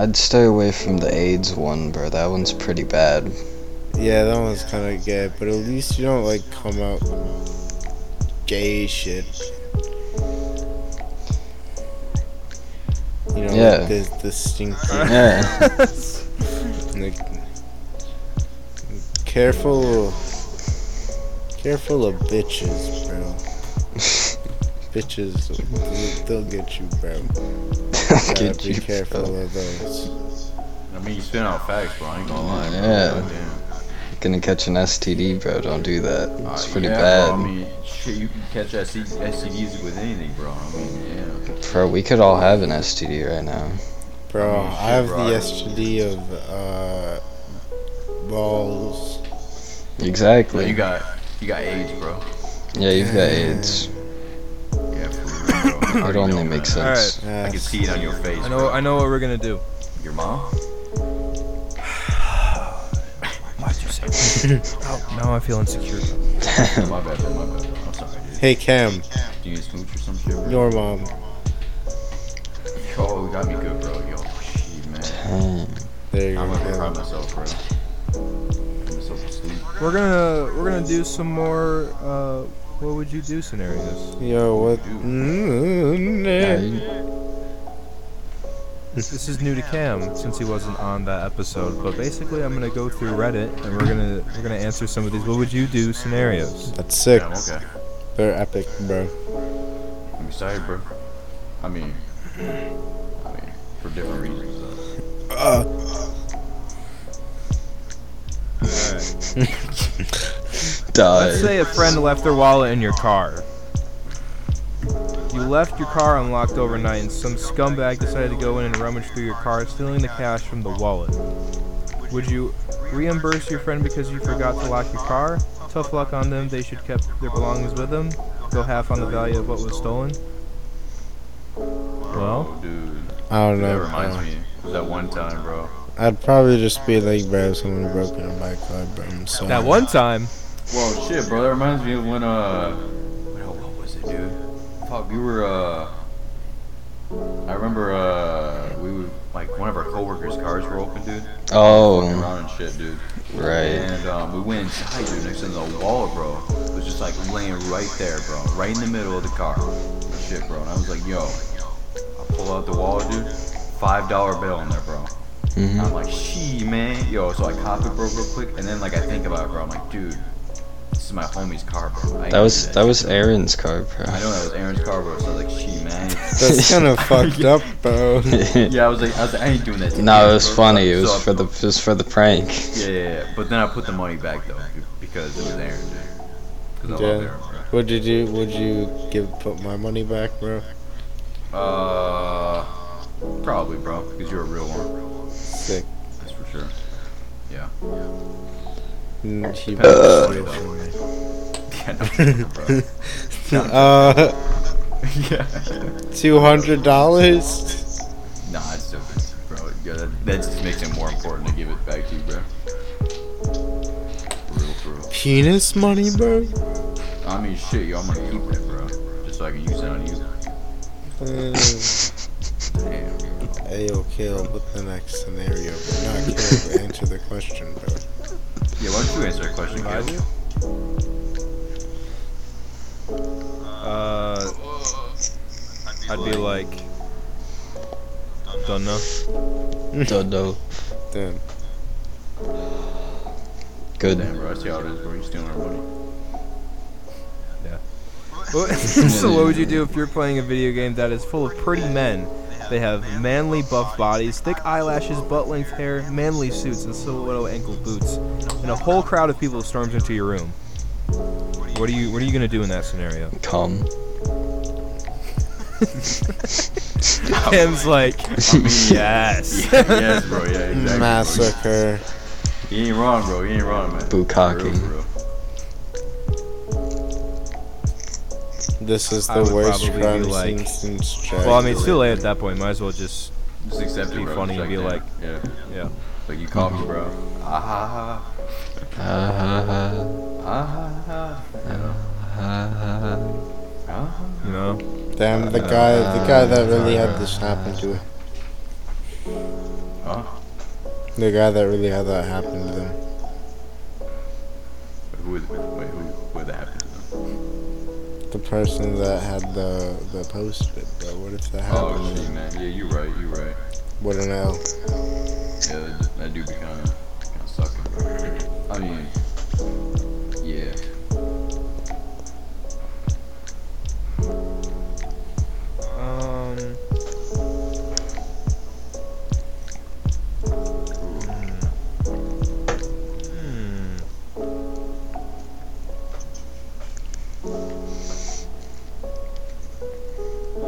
C: I'd stay away from the AIDS one, bro. That one's pretty bad.
B: Yeah, that one's kind of gay, but at least you don't like come out gay shit. You know,
C: Yeah.
B: like the the stinky.
C: Yeah.
B: Like, careful, careful of bitches, bro. bitches, they'll- they'll get you, bro. Gotta
C: Get
B: be
C: you,
B: careful
C: bro.
B: of those.
D: I mean, you spin out facts, bro. I ain't gonna lie. Bro.
C: Yeah.
D: Goddamn.
C: Gonna catch an STD, bro. Don't do that. It's
D: Uh,
C: pretty
D: yeah,
C: bad.
D: Bro, I mean, shit, you can catch ST- STDs with anything, bro. I mean, yeah.
C: Bro, we could all have an STD right now.
B: Bro,
D: I mean, shit,
B: I have
D: bro,
B: the
D: I-
B: STD of uh, balls.
D: Bro,
C: Exactly.
D: you got, you got AIDS, bro.
C: yeah, you've got AIDS.
D: Yeah, for real, bro. I
C: It
D: already
C: only
D: know,
C: makes
D: man.
A: All right.
C: sense.
D: I
B: Yeah.
D: can see it on your face.
A: I know.
D: bro.
A: I know what we're gonna do.
D: Your mom?
A: Ow, Oh, now I feel insecure.
C: Damn.
D: Oh, My bad, bro. My bad. bro. I'm sorry, dude.
B: Hey Cam,
D: Do you need smooch or some shit? bro?
B: your mom.
D: Oh, you got me good, bro. Yo, shit, man.
C: Damn.
B: There you
D: I'm gonna cry
B: go.
D: myself, bro. Give myself some sleep.
A: We're gonna we're gonna do some more. Uh, what would you do scenarios?
B: Yo, what?
C: Yeah,
B: Mm,
C: you-
A: This is new to Cam since he wasn't on that episode. But basically, I'm gonna go through Reddit and we're gonna we're gonna answer some of these. What would you do scenarios?
B: That's
D: Yeah, I'm
B: six.
D: okay.
B: They're epic, bro.
D: I'm excited, bro. I mean, I mean, for different reasons. Though.
B: Uh,
A: Let's
C: Die.
A: say a friend left their wallet in your car. You left your car unlocked overnight, and some scumbag decided to go in and rummage through your car, stealing the cash from the wallet. Would you reimburse your friend because you forgot to lock your car? Tough luck on them. They should kept their belongings with them. Go half on the value of what was stolen. Well,
D: Oh, dude.
B: I don't
D: That
B: know.
D: reminds
B: bro.
D: me of that one time, bro.
B: I'd probably just be like, bro, someone broke into my car, bro. I'm sorry.
A: that one time,
D: Whoa, shit, bro. That reminds me of when, uh, what, what was it, dude? Fuck, we were, uh, I remember, uh, we were, like, one of our coworkers' cars were open, dude. Fucking
C: Oh,
D: around and shit, dude.
C: right.
D: And, um, we went inside, dude, next to the wall, bro. It was just, like, laying right there, bro. Right in the middle of the car. Shit, bro. And I was like, yo, I pull out the wallet, dude. Five dollar bill in there, bro. And
C: hmm
D: I'm like, she man, yo. So I cop it, bro, real quick, and then like I think about it, bro. I'm like, dude, this is my homie's car, bro. I ain't
C: That was
D: do
C: that was Aaron's car, bro.
D: I know that was Aaron's car, bro. So I was like, she man.
B: That's kind of fucked up, bro.
D: yeah, I was like, I was like, I ain't doing that. to
C: no,
D: Aaron,
C: it was
D: bro.
C: funny. It was
D: So I-
C: for the just for the prank.
D: Yeah, yeah, yeah. But then I put the money back though, dude, because it was Aaron, dude. Because I love
B: Yeah.
D: Aaron, bro.
B: Would you do? Would you give put my money back, bro?
D: Uh, probably, bro, because you're a real one.
B: Sick.
D: That's for sure.
B: Mm, she-
D: Yeah, no, bro.
B: Uh,
D: yeah.
B: two hundred dollars.
D: Nah, it's different, bro. Yeah, that, that just makes it more important to give it back to you, bro. For real, for real.
B: Penis money, bro.
D: I mean, shit, yo, I'm gonna keep that, bro. Just so I can use it on you.
B: Uh,
D: Damn.
B: Ayo, kill. What the next scenario? But not kill. but answer the question, bro.
D: Yeah, why don't you answer that question, guys?
A: uh, I'd be like, don't know.
C: Don't know.
B: Then
C: Good.
D: Damn, bro, I see how it is, bro. You stealing our money.
A: What- so what would you do if you're playing a video game that is full of pretty men? They have manly buff bodies, thick eyelashes, butt-length hair, manly suits, and stiletto ankle boots, and a whole crowd of people storms into your room. What are you What are you gonna do in that scenario?
C: Come.
A: Tim's like, yes.
D: yes, bro, yeah, exactly. bro.
B: massacre.
D: You ain't wrong, bro. You ain't wrong, man.
C: Bukkake.
D: For real, for real.
B: This is
A: I
B: the
A: would
B: worst
A: probably be
B: crime
A: like-
B: scene since Jack.
A: well, I mean, it's too late at that point. Might as well just.
D: Just accept it,
A: Be
D: bro.
A: funny and be
D: Just
A: like-
D: that. yeah,
A: yeah.
D: Like you caught me, bro. Ah ha
C: Ah,
D: ha ah ha ha.
C: ah, ah,
D: Ah ha.
A: You know,
B: Damn the guy. The guy that
A: Uh,
B: really had this happen to him.
D: Huh?
B: The guy that really had that happen to them.
D: Who would wait? Who would that happen to them?
B: The person that had the the post it. But what if that
D: Oh
B: happened?
D: shit, man. Yeah, you right. You right.
B: What an L.
D: Yeah, that, that do be kind of kind of sucking. Bro. I mean, yeah.
A: um,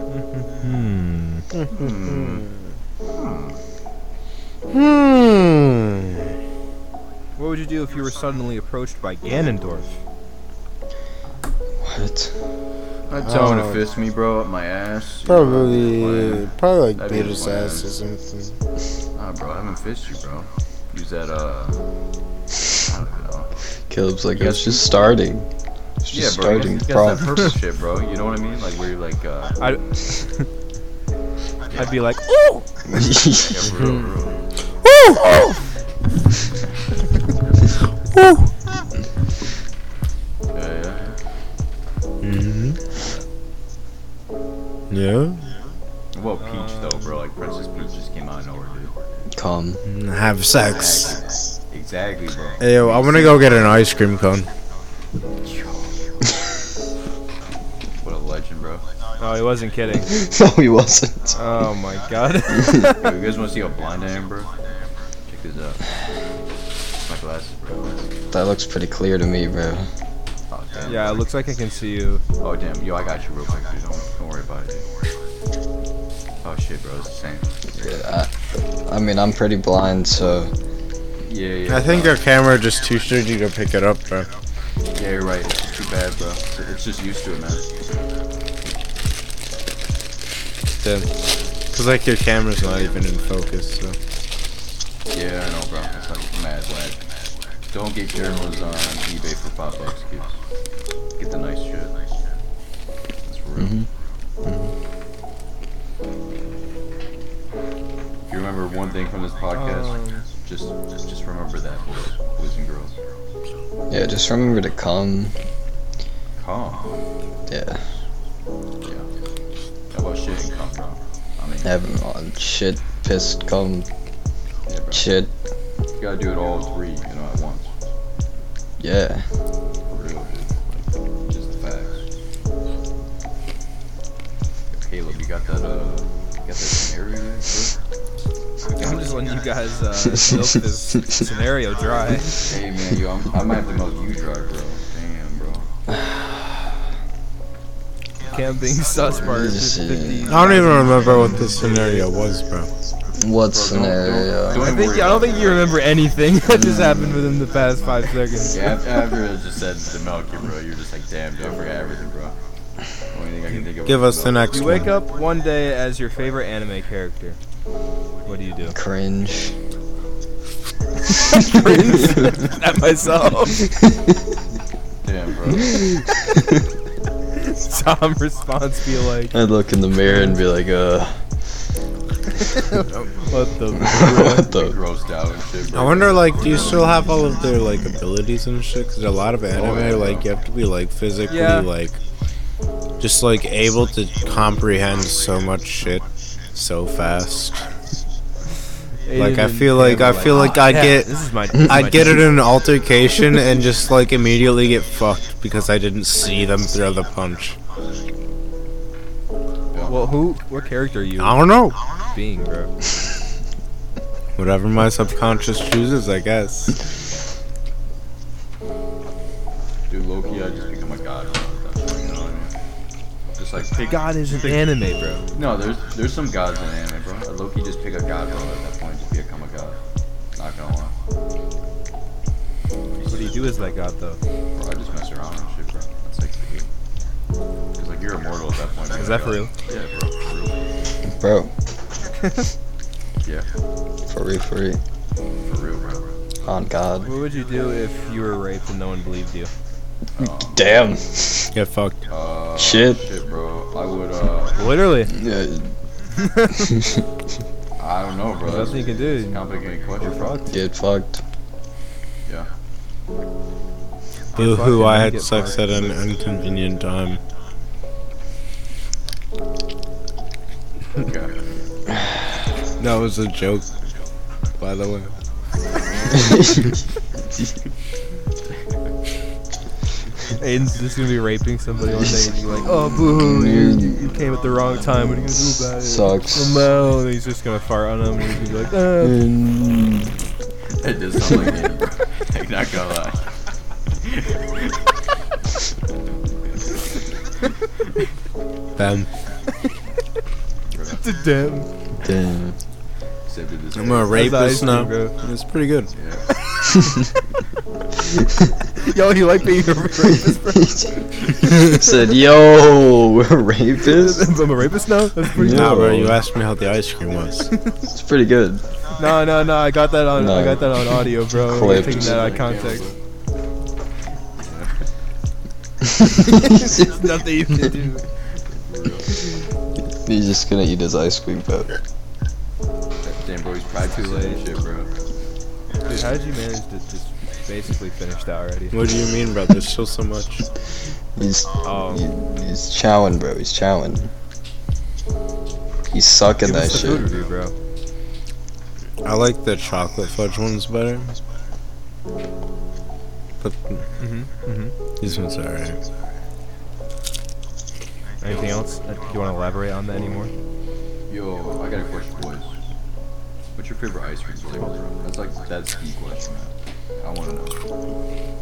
A: hmm.
B: Hmm.
A: What would you do if you were suddenly approached by Ganondorf?
C: what?
D: I tell him
B: Oh.
D: to fist me, bro, up my ass. you know,
B: Probably,
D: plan.
B: probably like
D: That'd be
B: beat
D: the
B: his
D: plan.
B: ass or something.
D: Nah, bro, I haven't fished you, bro. Use that, uh. I don't even know.
C: Caleb's like, it's just starting. It's
D: Yeah,
C: just
D: bro. You
C: starting.
D: guys- you guys that
C: Prom.
D: purple shit, bro. You know what I mean? Like where you're like, uh,
A: I, I'd be like, oh,
D: yeah, for real, for real. Yeah, yeah.
B: Mm-hmm. Yeah.
D: yeah. Well, Peach though, bro. Like Princess Peach just came out of nowhere, dude.
C: Come.
B: Mm, Have sex.
D: Exactly, exactly bro.
B: Ew, I'm gonna go get an ice cream cone.
D: What a legend, bro.
A: no, Oh, he wasn't kidding.
C: no, he wasn't.
A: Oh my god.
D: Yo, you guys want to see how blind I am, bro? Check this out. My glasses, bro.
C: That looks pretty clear to me, bro.
D: Oh damn.
A: yeah, it looks like I can see you.
D: Oh damn. Yo, I got you real quick, dude. Don't, don't worry about it. dude. Oh shit, bro. It's the same.
C: I mean, I'm pretty blind, so
D: Yeah, yeah.
B: I think
D: bro.
B: our camera just too sturdy to pick it up, bro.
D: Yeah, you're right. It's too bad, bro. It's just used to it, man.
B: Cause like your camera's not even in focus. So.
D: Yeah, I know, bro. It's like mad whack. Don't get cameras on eBay for five bucks, kids. Get the nice shit. That's for real.
C: Mhm.
D: If you remember one thing from this podcast,
A: Um.
D: just just remember that, boys, boys and girls.
C: yeah, just remember to come.
D: Calm.
C: Yeah,
D: Yeah. How about shit and calm, bro? I mean, yeah,
C: have on shit, pissed, come,
D: bro.
C: shit.
D: You gotta do it all three, you know, at once.
C: Yeah,
D: For real, dude. Like, just the facts. Caleb, you got that, uh, you got that scenario there, bro?
A: I'm just letting you guys uh, milk this scenario dry.
D: Hey, man, yo, I'm, I might have to milk you dry, bro. Damn, bro.
A: Cam being sus bar is just 50.
B: I don't even remember what the scenario was, bro.
C: what
D: Bro, don't- don't-
C: scenario?
A: I think I don't think you remember anything that just happened within the past five seconds.
D: Yeah, after, after I just said to milk you, bro, you're just like, damn, dude, I forgot everything, bro. Only thing I can think of.
B: Give
D: was
B: us the
D: milk.
B: next
A: You wake
B: one.
A: up one day as your favorite anime character. What do you do?
C: Cringe.
A: At myself.
D: Damn, bro.
A: Tom response be like,
C: I'd look in the mirror and be like, uh,
A: what the?
C: what
D: Like,
C: the?
D: grossed out and shit, bro.
B: I wonder, like, do you still have all of their like abilities and shit? Cause a lot of anime,
D: yeah,
B: like, you have to be like physically,
A: Oh, Yeah.
B: like, just like able to comprehend so much shit so fast. Like, I feel like- I feel like I
A: "Ah, yeah,
B: get-
A: This is my.
B: I'd get it in an altercation and just like immediately get fucked because I didn't see them throw the punch.
A: Well, who? What character are you
B: I don't know.
A: being, bro?
B: Whatever my subconscious chooses, I guess.
D: Dude, Loki, I just become a god, bro. at that point, You know what I mean? Just like, pick
A: God is an anime, bro.
D: No, there's there's some gods in anime, bro. Uh, Loki just pick a god, bro. At that point, just become a god. Not gonna lie,
A: What do you do as that god though?
D: bro. I just mess around and shit, bro. That's like the game. Cause like you're immortal at that point.
A: Is that for real?
D: Yeah, bro. For real.
C: Bro,
D: Yeah,
C: for real, for real.
D: for real, bro.
C: On God.
A: What would you do if you were raped and no one believed you?
C: Damn.
B: Get fucked.
D: Uh,
C: Shit.
D: shit, bro. I would. uh...
A: Literally.
C: Yeah,
D: I don't know, bro.
A: There's
D: That's
A: nothing you
D: a
A: can do.
D: complicated question, bro.
C: Get fucked.
D: Yeah.
B: Boo hoo,
A: fucked
B: I
A: and
B: had
A: get
B: sex at an inconvenient time.
D: Okay.
B: That was a joke, by the way.
A: Aiden's just gonna be raping somebody one day and be like, oh, boo, you, you came at the wrong time. What are you gonna do about it?
C: Sucks.
A: No, and he's just gonna fart on him and he's gonna be like, uh.
D: It does sound like it, bro. Like, not gonna lie.
B: Bam.
A: Damn.
C: Damn.
D: Except it is.
B: I'm gonna rape
A: That's ice
B: this now.
A: cream, bro.
B: It's pretty good.
D: Yeah.
A: Yo, you like being a rapist, bro?
C: Said, yo, we're rapists?
A: I'm a rapist now? That's pretty
C: Yeah.
B: Nah,
C: No.
B: bro, you asked me how the ice cream was.
C: It's pretty good.
A: cool. No, no, no, I got that on I
C: No.
A: got that on audio, bro.
C: Clipped.
A: Taking that out of context. There's nothing you can do.
C: He's just gonna eat his ice cream powder.
D: Damn, bro, he's probably too late and shit, bro.
A: Dude, how did you manage to just basically finish that already?
B: What do you mean, bro? There's still so much.
C: He's
A: Oh.
C: he- he's chowing, bro. He's chowing. He's sucking
A: Give
C: that
A: us the food
C: shit.
A: review, bro.
B: I like the chocolate fudge ones better. But
A: Mm-hmm. Mm-hmm.
B: these ones are alright.
A: Anything else? that- Do you want to elaborate on that anymore?
D: Yo, I got a question, boys. What's your favorite ice cream flavor, bro? That's like that's the question. I want to know.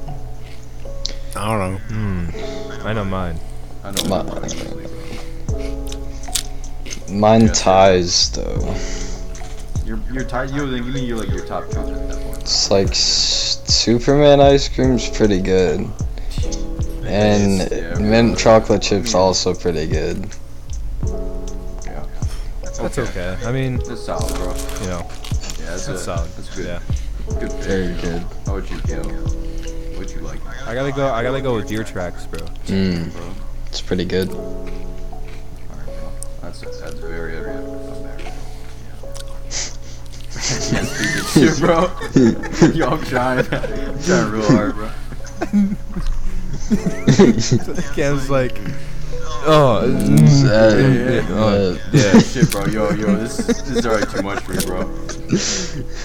B: I don't know.
A: Hmm. I know mine.
D: I know.
C: My-
D: mine, actually, bro.
C: Mine
D: Yeah.
C: ties though.
D: Your your top, you then give me your like your top choice at that point.
C: It's like s- Superman ice cream's pretty good, and
D: Yeah.
C: mint chocolate chips also pretty good.
D: Yeah.
A: That's okay. I mean,
D: That's solid, bro.
A: you know,
D: Yeah, that's,
A: that's
D: a-
A: solid.
D: That's good.
A: Yeah.
D: Good pick.
C: Very good.
D: How would you go? What you like,
A: I gotta go. I gotta go with deer tracks, bro.
C: Mm,
D: bro?
C: it's pretty good.
D: Alright, bro. That's that's very good. Can't speak this shit, bro. Yo, I'm trying. I'm trying real hard, bro.
A: Cam's like, oh,
C: Mm. Uh, uh,
D: Yeah, shit, bro. Yo, yo, this this is already too much for me, bro.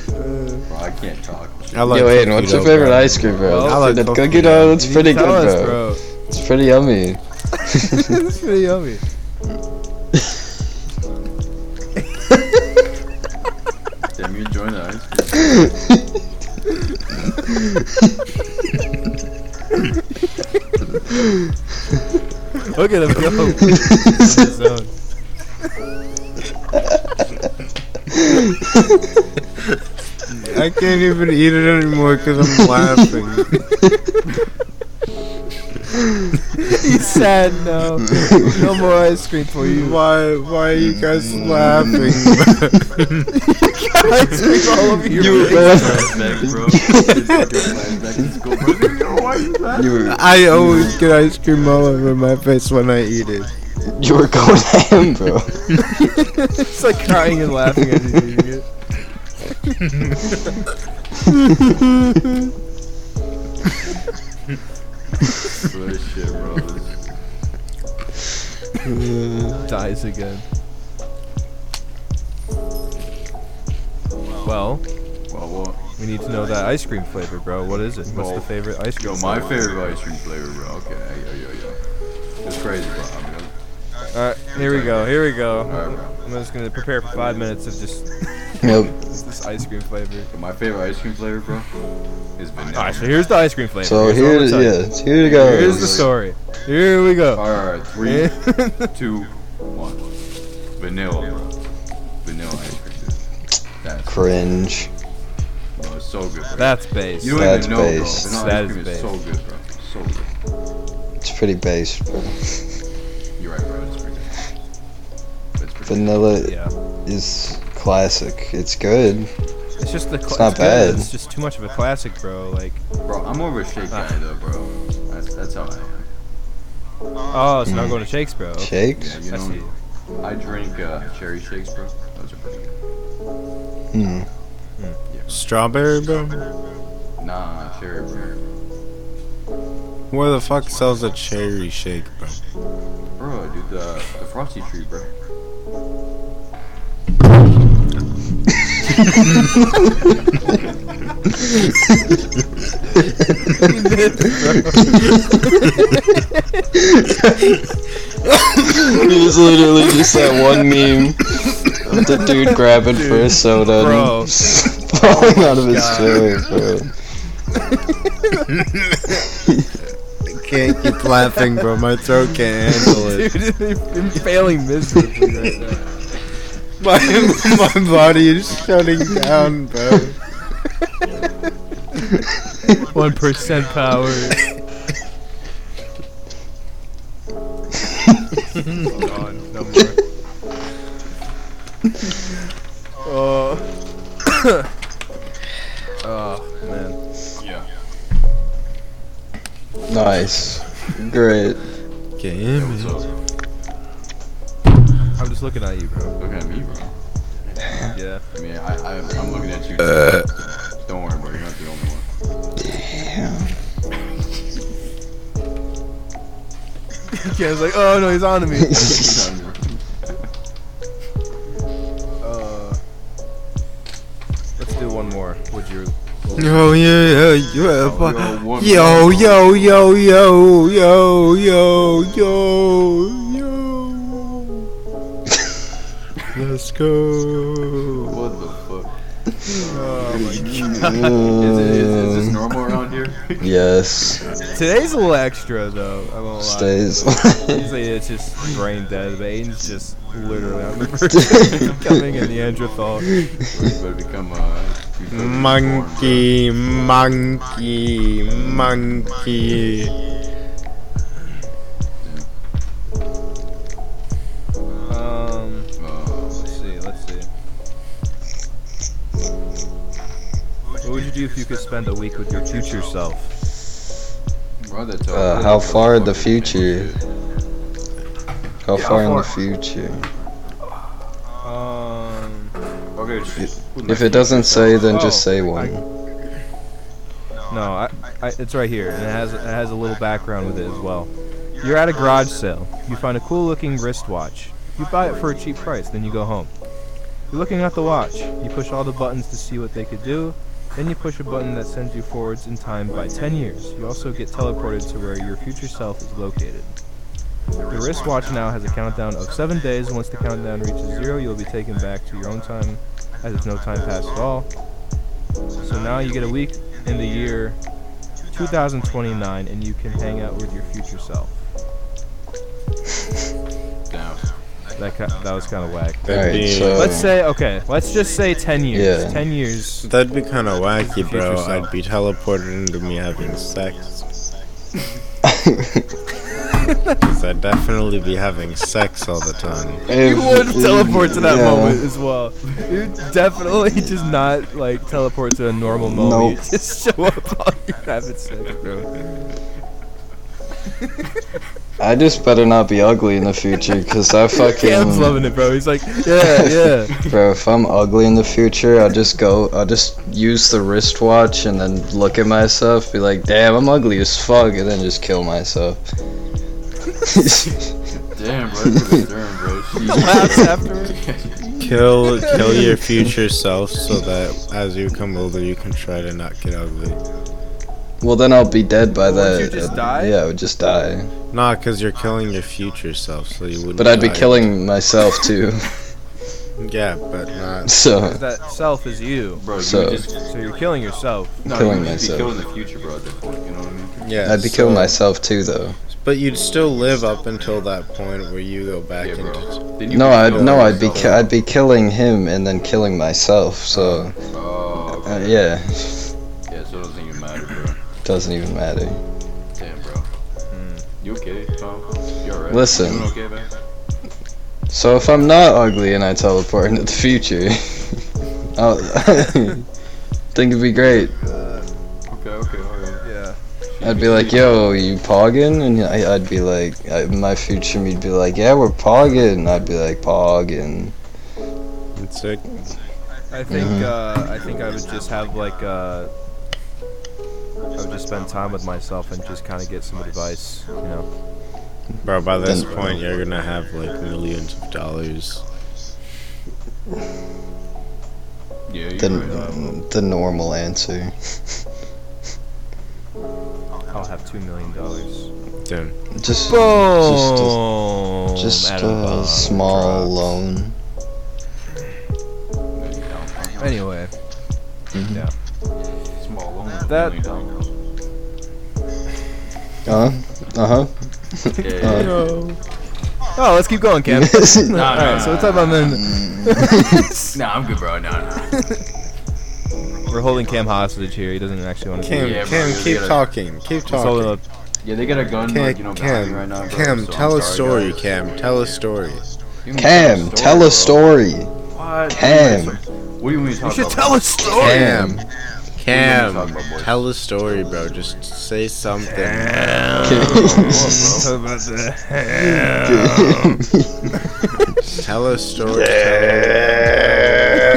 D: Bro, I can't talk.
B: I like
C: Yo, Aiden, what's your
B: cookie dough,
C: favorite
B: bro.
C: ice cream, bro?
A: Well,
B: I like
C: the
B: cookie
C: cookie
B: dough.
C: dough, it's pretty good,
A: tell us,
C: bro.
A: bro.
C: It's pretty yummy.
A: That's pretty yummy.
D: Damn, you enjoying the ice cream?
A: Look at him
B: Oh,
A: go. He's on his own.
B: I can't even eat it anymore because I'm laughing.
A: He's sad now. No more ice cream for you.
B: Why? Why are you guys
C: Mm.
B: laughing?
A: ice cream all over your
C: You-
A: face.
D: Flashback, bro. It's like a flashback to school, bro. Yo, why you laughing?
C: You were,
B: I always get ice cream all over my face when I eat it.
C: you were going ham, bro.
A: It's like crying and laughing at you eating it.
D: Bro, This shit, bro. This,
A: Dies again. Well,
D: well, well,
A: we need to know that ice cream flavor, bro. What is it? What's the favorite ice cream?
D: yo, my
A: flavor?
D: favorite ice cream flavor, bro. Okay, yo, yo, yo. It's crazy, bro. I mean,
A: All right, here we go. Here we go.
D: all right, bro.
A: I'm just gonna prepare for five minutes of just
C: Nope.
A: this ice cream flavor.
D: But my favorite ice cream flavor, bro, is vanilla.
A: All right, so here's the ice cream flavor.
C: So
A: Here's what I'm
C: here,
A: gonna tell you.
C: yeah, here it
A: Here's the
C: goes.
A: story. Here we go.
D: All right, three, two, one. Vanilla, bro. Vanilla ice cream. dude. That's
C: Cringe.
D: bro, it's so good. Bro.
A: That's base.
D: you don't
C: That's
D: even know,
C: based.
D: bro. Vanilla
A: That
D: ice
A: is
D: cream
A: based.
D: is so good, bro. So good.
C: It's pretty base, bro.
D: You're right, bro. It's pretty good. It's pretty
C: Vanilla
A: Yeah.
C: is classic. It's good.
A: It's just the. Cl-
C: It's not
A: good,
C: bad.
A: It's just too much of a classic, bro. Like,
D: good. Bro, I'm more of a shake guy, though, bro. That's, that's how I am.
A: oh,
C: Mm.
A: so now I'm going to Shakes, bro. Okay.
D: Yeah,
C: Shakes?
D: you
A: I see.
D: know, I drink uh, cherry shakes, bro. Those are pretty good.
C: Hmm.
B: Strawberry, bro?
D: Nah, cherry, bro.
B: Where the fuck sells a cherry shake, bro?
D: Bro, dude, the, the frosty tree, bro.
C: It was literally just that one meme of the dude grabbing for a soda
A: bro.
C: and falling out of his chair, bro.
B: Can't keep laughing, bro. My throat can't handle it.
A: Dude, I'm failing miserably right now.
B: My, my body is shutting down, bro.
A: One percent power. Gone, no more. Oh. oh man.
D: Yeah.
C: Nice. Great.
B: Game.
D: What's up?
A: I'm just looking at you, bro.
D: Looking at me, bro.
A: Yeah.
D: I mean, I, I, I'm looking at you. Don't worry, bro. You're not the only one.
A: Cam's like, oh no, he's on to me.
D: He's on your-
A: uh, let's do one more. Would you?
B: Yo, yeah, yeah,
D: Oh,
B: yeah.
D: you're a
B: Yo,
D: woman.
B: yo, yo, yo, yo, yo, yo, yo. Let's go.
D: What the fuck?
A: Oh my
D: Is, it, is, is
C: Um.
D: this normal around here?
C: Mm, yes.
A: God. Today's a little extra though. I won't lie.
C: Stays.
A: Usually it's just brain dead, but Aiden's just literally on the verge of becoming a Neanderthal.
D: Or you better become uh, you better be
B: Monkey, monkey, monkey.
A: Um,
D: born, bro. Uh,
A: let's see, let's see. What would you do if you could spend a week with your future self?
D: bro, that told
C: Uh,
D: me
C: how
D: that
C: far in the
D: fucking thing
C: future?
D: was shit.
C: How
A: Yeah,
C: far in
A: how
C: the
A: far?
C: future?
A: Um,
D: Okay, sh-
C: If it doesn't say, then just
A: Oh,
C: say
A: I-
C: one.
A: no, I, I, it's right here, and it has it has a little background with it as well. You're at a garage sale. You find a cool-looking wristwatch. You buy it for a cheap price, then you go home. You're looking at the watch. You push all the buttons to see what they could do. Then you push a button that sends you forwards in time by 10 years. You also get teleported to where your future self is located. The wristwatch now has a countdown of 7 days. Once the countdown reaches 0, you'll be taken back to your own time as if no time passed at all. So now you get a week in the year 2029 and you can hang out with your future self.
D: Down.
A: That ki- that was kind of whack.
B: That'd
C: Alright,
B: be-
C: so-
A: Let's say okay. Let's just say ten years.
C: Yeah.
A: Ten years.
B: That'd be kind of wacky,
A: Future
B: bro.
A: self.
B: I'd be teleported into me having sex. Cause I'd definitely be having sex all the time.
A: You would teleport to that
C: Yeah.
A: moment as well. You definitely just not like teleport to a normal moment.
C: Nope.
A: You just show up on your rabbit sex, bro.
C: I just better not be ugly in the future, cause I
A: Cam's
C: fucking
A: loving it, bro. He's like, yeah, yeah.
C: bro. If I'm ugly in the future, I'll just go. I'll just use the wristwatch and then look at myself, be like, "Damn, I'm ugly as fuck," and then just kill myself.
D: Damn, bro. That's pretty stern, bro.
A: Laughs afterwards.
D: Jeez.
B: Kill, kill your future self so that as you come older, you can try to not get ugly.
C: well, then I'll be dead by
A: Wouldn't
C: that.
A: you just die?
C: Yeah, I would just die.
B: Nah, cause you're killing your future self, so you wouldn't.
C: But I'd be
B: die.
C: killing myself too.
B: Yeah, but not.
C: So
A: That self is you.
D: bro, you
C: So-
D: would just
A: So you're killing yourself.
D: no,
C: killing
D: you would just
C: myself.
D: Be killing the future, bro. At that point, you know what I mean?
B: Yeah,
C: I'd be
B: so-
C: killing myself too, though.
B: But you'd still live up until that point where you go back
D: Yeah,
B: into.
D: bro. Then you
C: No,
D: would
C: I'd
D: kill
C: no, I'd be ki-
D: yourself.
C: I'd be killing him and then killing myself. So
D: Oh, okay.
C: uh, yeah,
D: yeah. So it doesn't even matter, bro.
C: doesn't even matter.
D: Damn, bro. You okay, Tom? You alright?
C: Hmm. Listen.
D: You doing okay, man?
C: So if I'm not ugly and I teleport into the future, I'll think it'd be great.
D: Okay, okay, alright.
A: Yeah.
C: I'd be like, "Yo, you poggin?" And I, I'd be like, I, "My future me'd be like, yeah, we're poggin." And I'd be like, "Poggin."
B: It's sick.
A: I think uh, I think I would just have like uh, I would just spend time with myself and just kind of get some advice, you know.
B: Bro, by this
C: Then-
B: point, you're gonna have like millions of dollars.
D: Yeah,
C: The,
D: you're right. uh,
C: the normal answer.
A: I'll have two million dollars.
B: Dude,
C: Just just
A: Boom!
C: a, just
A: Adam
C: a
A: Bomb
C: small
A: drops.
C: loan.
A: Anyway,
C: Mhm.
A: yeah.
D: Small loan.
A: That-
D: million dollars.
C: Uh huh. Uh huh.
D: Yeah, yeah, yeah.
A: Oh, let's keep going, Cam.
C: Uh,
A: All
D: Nah, nah,
A: right, so what's up, I'm in.
D: Nah, I'm good, bro. Nah, nah.
A: We're holding Cam hostage here. He doesn't actually want to.
B: Cam,
D: Yeah, bro,
B: Cam,
D: you
B: keep
D: gotta-
B: talking, keep
A: Hold
B: talking.
A: up.
D: Yeah, they got a gun,
B: Cam,
D: like, you know, behind
B: Cam,
D: me right now, bro.
B: Cam,
D: so I'm
B: tell a
D: sorry,
B: story.
D: guys.
B: Cam, tell a story.
D: You can
C: Cam, tell a story.
D: bro. What?
C: Cam.
D: What do you mean?
A: You should tell a story.
B: Cam,
D: What are you
B: Cam,
D: talking about, boys?
B: tell the story, bro. Just say something.
A: Talk about the-
B: Tell a story.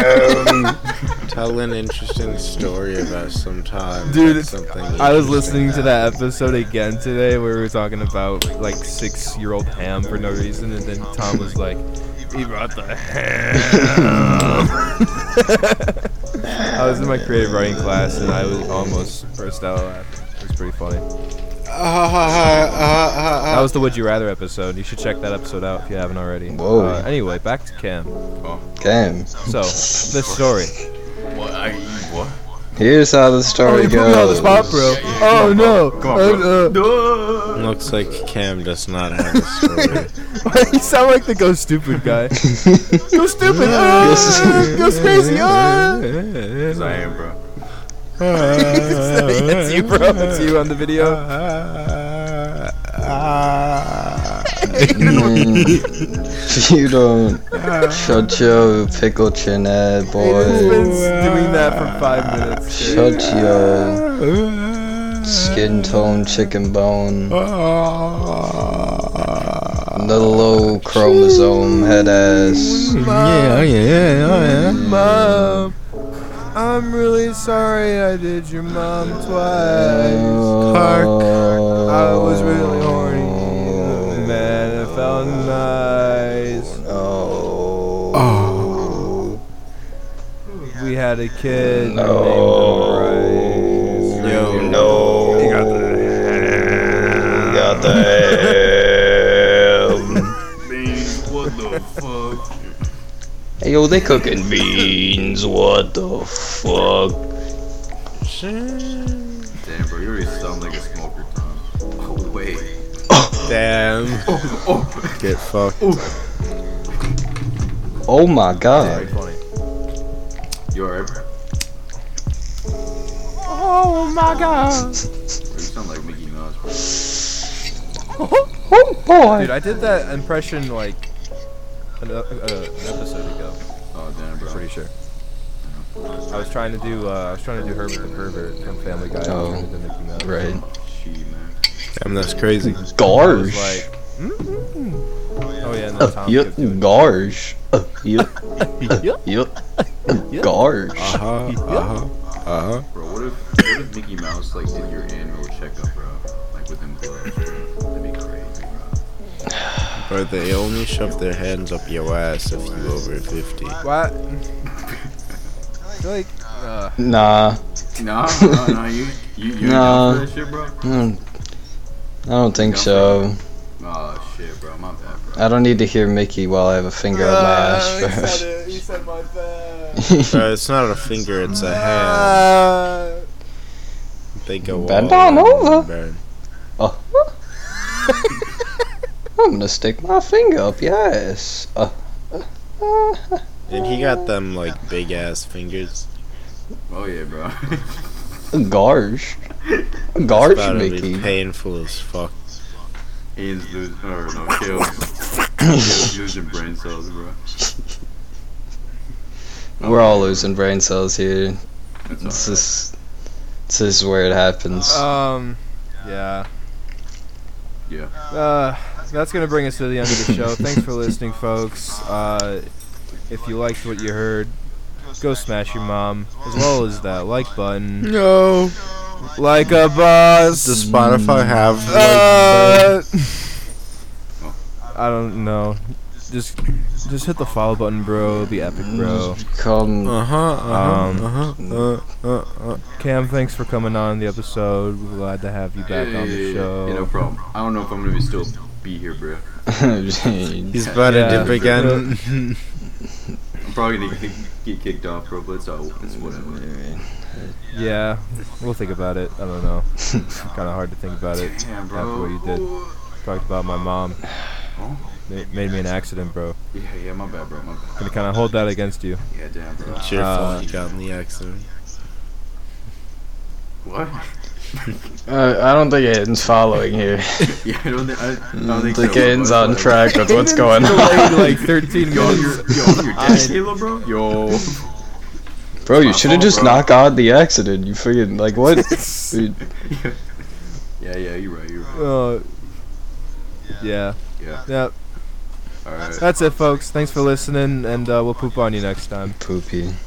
B: Tell, tell an interesting story about some time.
A: Dude,
B: that's something
A: I was listening to
B: interesting happened.
A: that episode again today where we were talking about like six year old ham for no reason, and then Tom was like, He brought the ham. I was in my creative writing class and I was almost burst out laughing. It was pretty funny. That was the Would You Rather episode. You should check that episode out if you haven't already.
C: Whoa.
A: Uh, anyway, back to Cam.
C: Damn.
A: So, the story.
D: What? I, what?
C: Here's how the story goes.
A: Oh no! uh,
D: Come on,
B: Oh,
D: bro. No.
B: Looks like Cam does not have a story.
A: you sound like the go stupid guy. go stupid!
C: s-
A: go crazy! Ah.
D: Yes, I am, bro.
A: it's you, bro. It's you on the video.
C: you don't shut your pickle chin head,
A: Aiden's
C: boy.
A: been s- doing that for five minutes. straight.
C: Shut your skin tone chicken bone. Another low chromosome head ass.
A: Yeah, yeah, yeah. Mom, I'm really sorry I did your mom twice. I was
C: Oh.
A: really horny. Man, it felt nice.
C: Oh.
A: We had a kid
C: Oh.
A: named
C: No.
A: Bryce.
B: Yo,
C: No. You got the ham. got the ham.
D: What the fuck?
C: hey, yo, they cooking beans. What the fuck?
A: oh,
D: Damn, bro, you already sound like a smoker, Tom. Oh, wait.
B: Damn.
D: Oh, oh.
B: Get fucked.
C: Oh my
D: Very
C: god.
D: funny. You alright, bro?
A: Oh my god.
D: Bro, You sound like Mickey Mouse, bro.
C: Oh boy.
A: Dude, I did that impression like an, uh, uh, an episode ago.
D: Oh, damn, bro.
A: Pretty sure. I was trying to do uh, I was trying to do Herbert the Pervert from Family Guy.
C: Oh,
A: and then it came out.
C: Right.
D: She, man.
B: Damn, that's crazy.
A: I was
C: Garsh.
A: like, mm oh yeah, no,
C: Uh,
A: Tom.
C: yup.
A: gives me-
C: Garsh. Uh, yup.
A: Yup.
C: Yup. Garsh.
B: Uh huh. Uh huh. Uh huh.
D: Bro, what if, what if Mickey Mouse, like, did your annual checkup, bro? Like, with them gloves, bro? That'd be crazy, bro.
B: Or they only shove their hands up your ass if you over 50.
A: What? I feel like uh,
C: Nah.
D: uh, Nah, nah, nah, Oh, you, you, you ain't
C: Nah.
D: down for that shit, bro?
C: Mm. I don't think so.
D: Oh, shit, bro, my bad, bro.
C: I don't need to hear Mickey while I have a finger up my ass first.
A: it. Uh, Ah, He said my bad.
B: Bro, it's not a finger, it's a hand.
A: Uh,
B: They go
C: Bend
B: all
C: on over.
B: Bro.
C: Oh. I'm gonna stick my finger up your ass. Uh, uh, uh,
B: And he got them like big ass fingers.
D: Oh, yeah, bro.
C: garsh. Garsh,
B: That'd be
C: Mickey.
B: painful as fuck.
D: Ian's losing, or no, Kale's Kale's losing brain cells, bro.
C: We're all losing brain cells here. This
D: That's all right. Uh,
C: is, this is where it happens.
A: um, yeah.
D: Yeah.
A: Uh, that's gonna bring us to the end of the show. Thanks for listening, folks. Uh, if you liked what you heard, go smash your mom as well as that like button,
B: No.
A: like a boss.
B: Does Spotify have like
A: Uh, I don't know. Just, just hit the follow button, bro. It'll be epic, bro.
C: Come.
B: Uh huh.
D: Uh-huh,
A: Um,
B: Uh huh. Uh uh.
A: Cam, thanks for coming on the episode. We're glad to have you back on the
D: Yeah, no
A: show.
D: problem. I don't know if I'm gonna be still be here, bro.
B: He's about
A: Yeah.
B: to dip again.
D: I'm probably gonna get, get kicked off, bro. But it's all it's whatever.
A: Yeah, we'll think about it. I don't know. It's kind of hard to think about it.
D: Damn, bro.
A: After what you did. Talked about my mom.
D: Oh.
A: Ma- made me an accident, bro.
D: Yeah, yeah, my bad, bro. My bad.
A: Gonna kind of hold that against you.
D: Yeah, damn, bro.
B: it's your
A: Uh,
B: fault. You got in the accident.
D: What?
C: Uh, I don't think Aiden's following here.
D: Yeah, I don't, thi- I, I
C: I
A: Mm,
D: don't
C: think
D: think so, bro.
C: Aiden's
D: It's
C: on
D: whatever.
C: track with what's going
A: Delayed
C: on.
A: like 13
D: Yo, you're,
A: minutes.
D: yo, you're dead, Halo, bro. Yo.
C: Bro, you
D: my
C: should have
D: fault,
C: just
D: bro.
C: knocked out the accident. You freaking like what? Dude,
D: Yeah, yeah, you're right, you're right.
A: Uh, yeah.
D: Yeah,
A: Yeah.
D: alright.
A: That's it, folks. Thanks for listening, and uh, we'll poop on you next time.
C: poopy.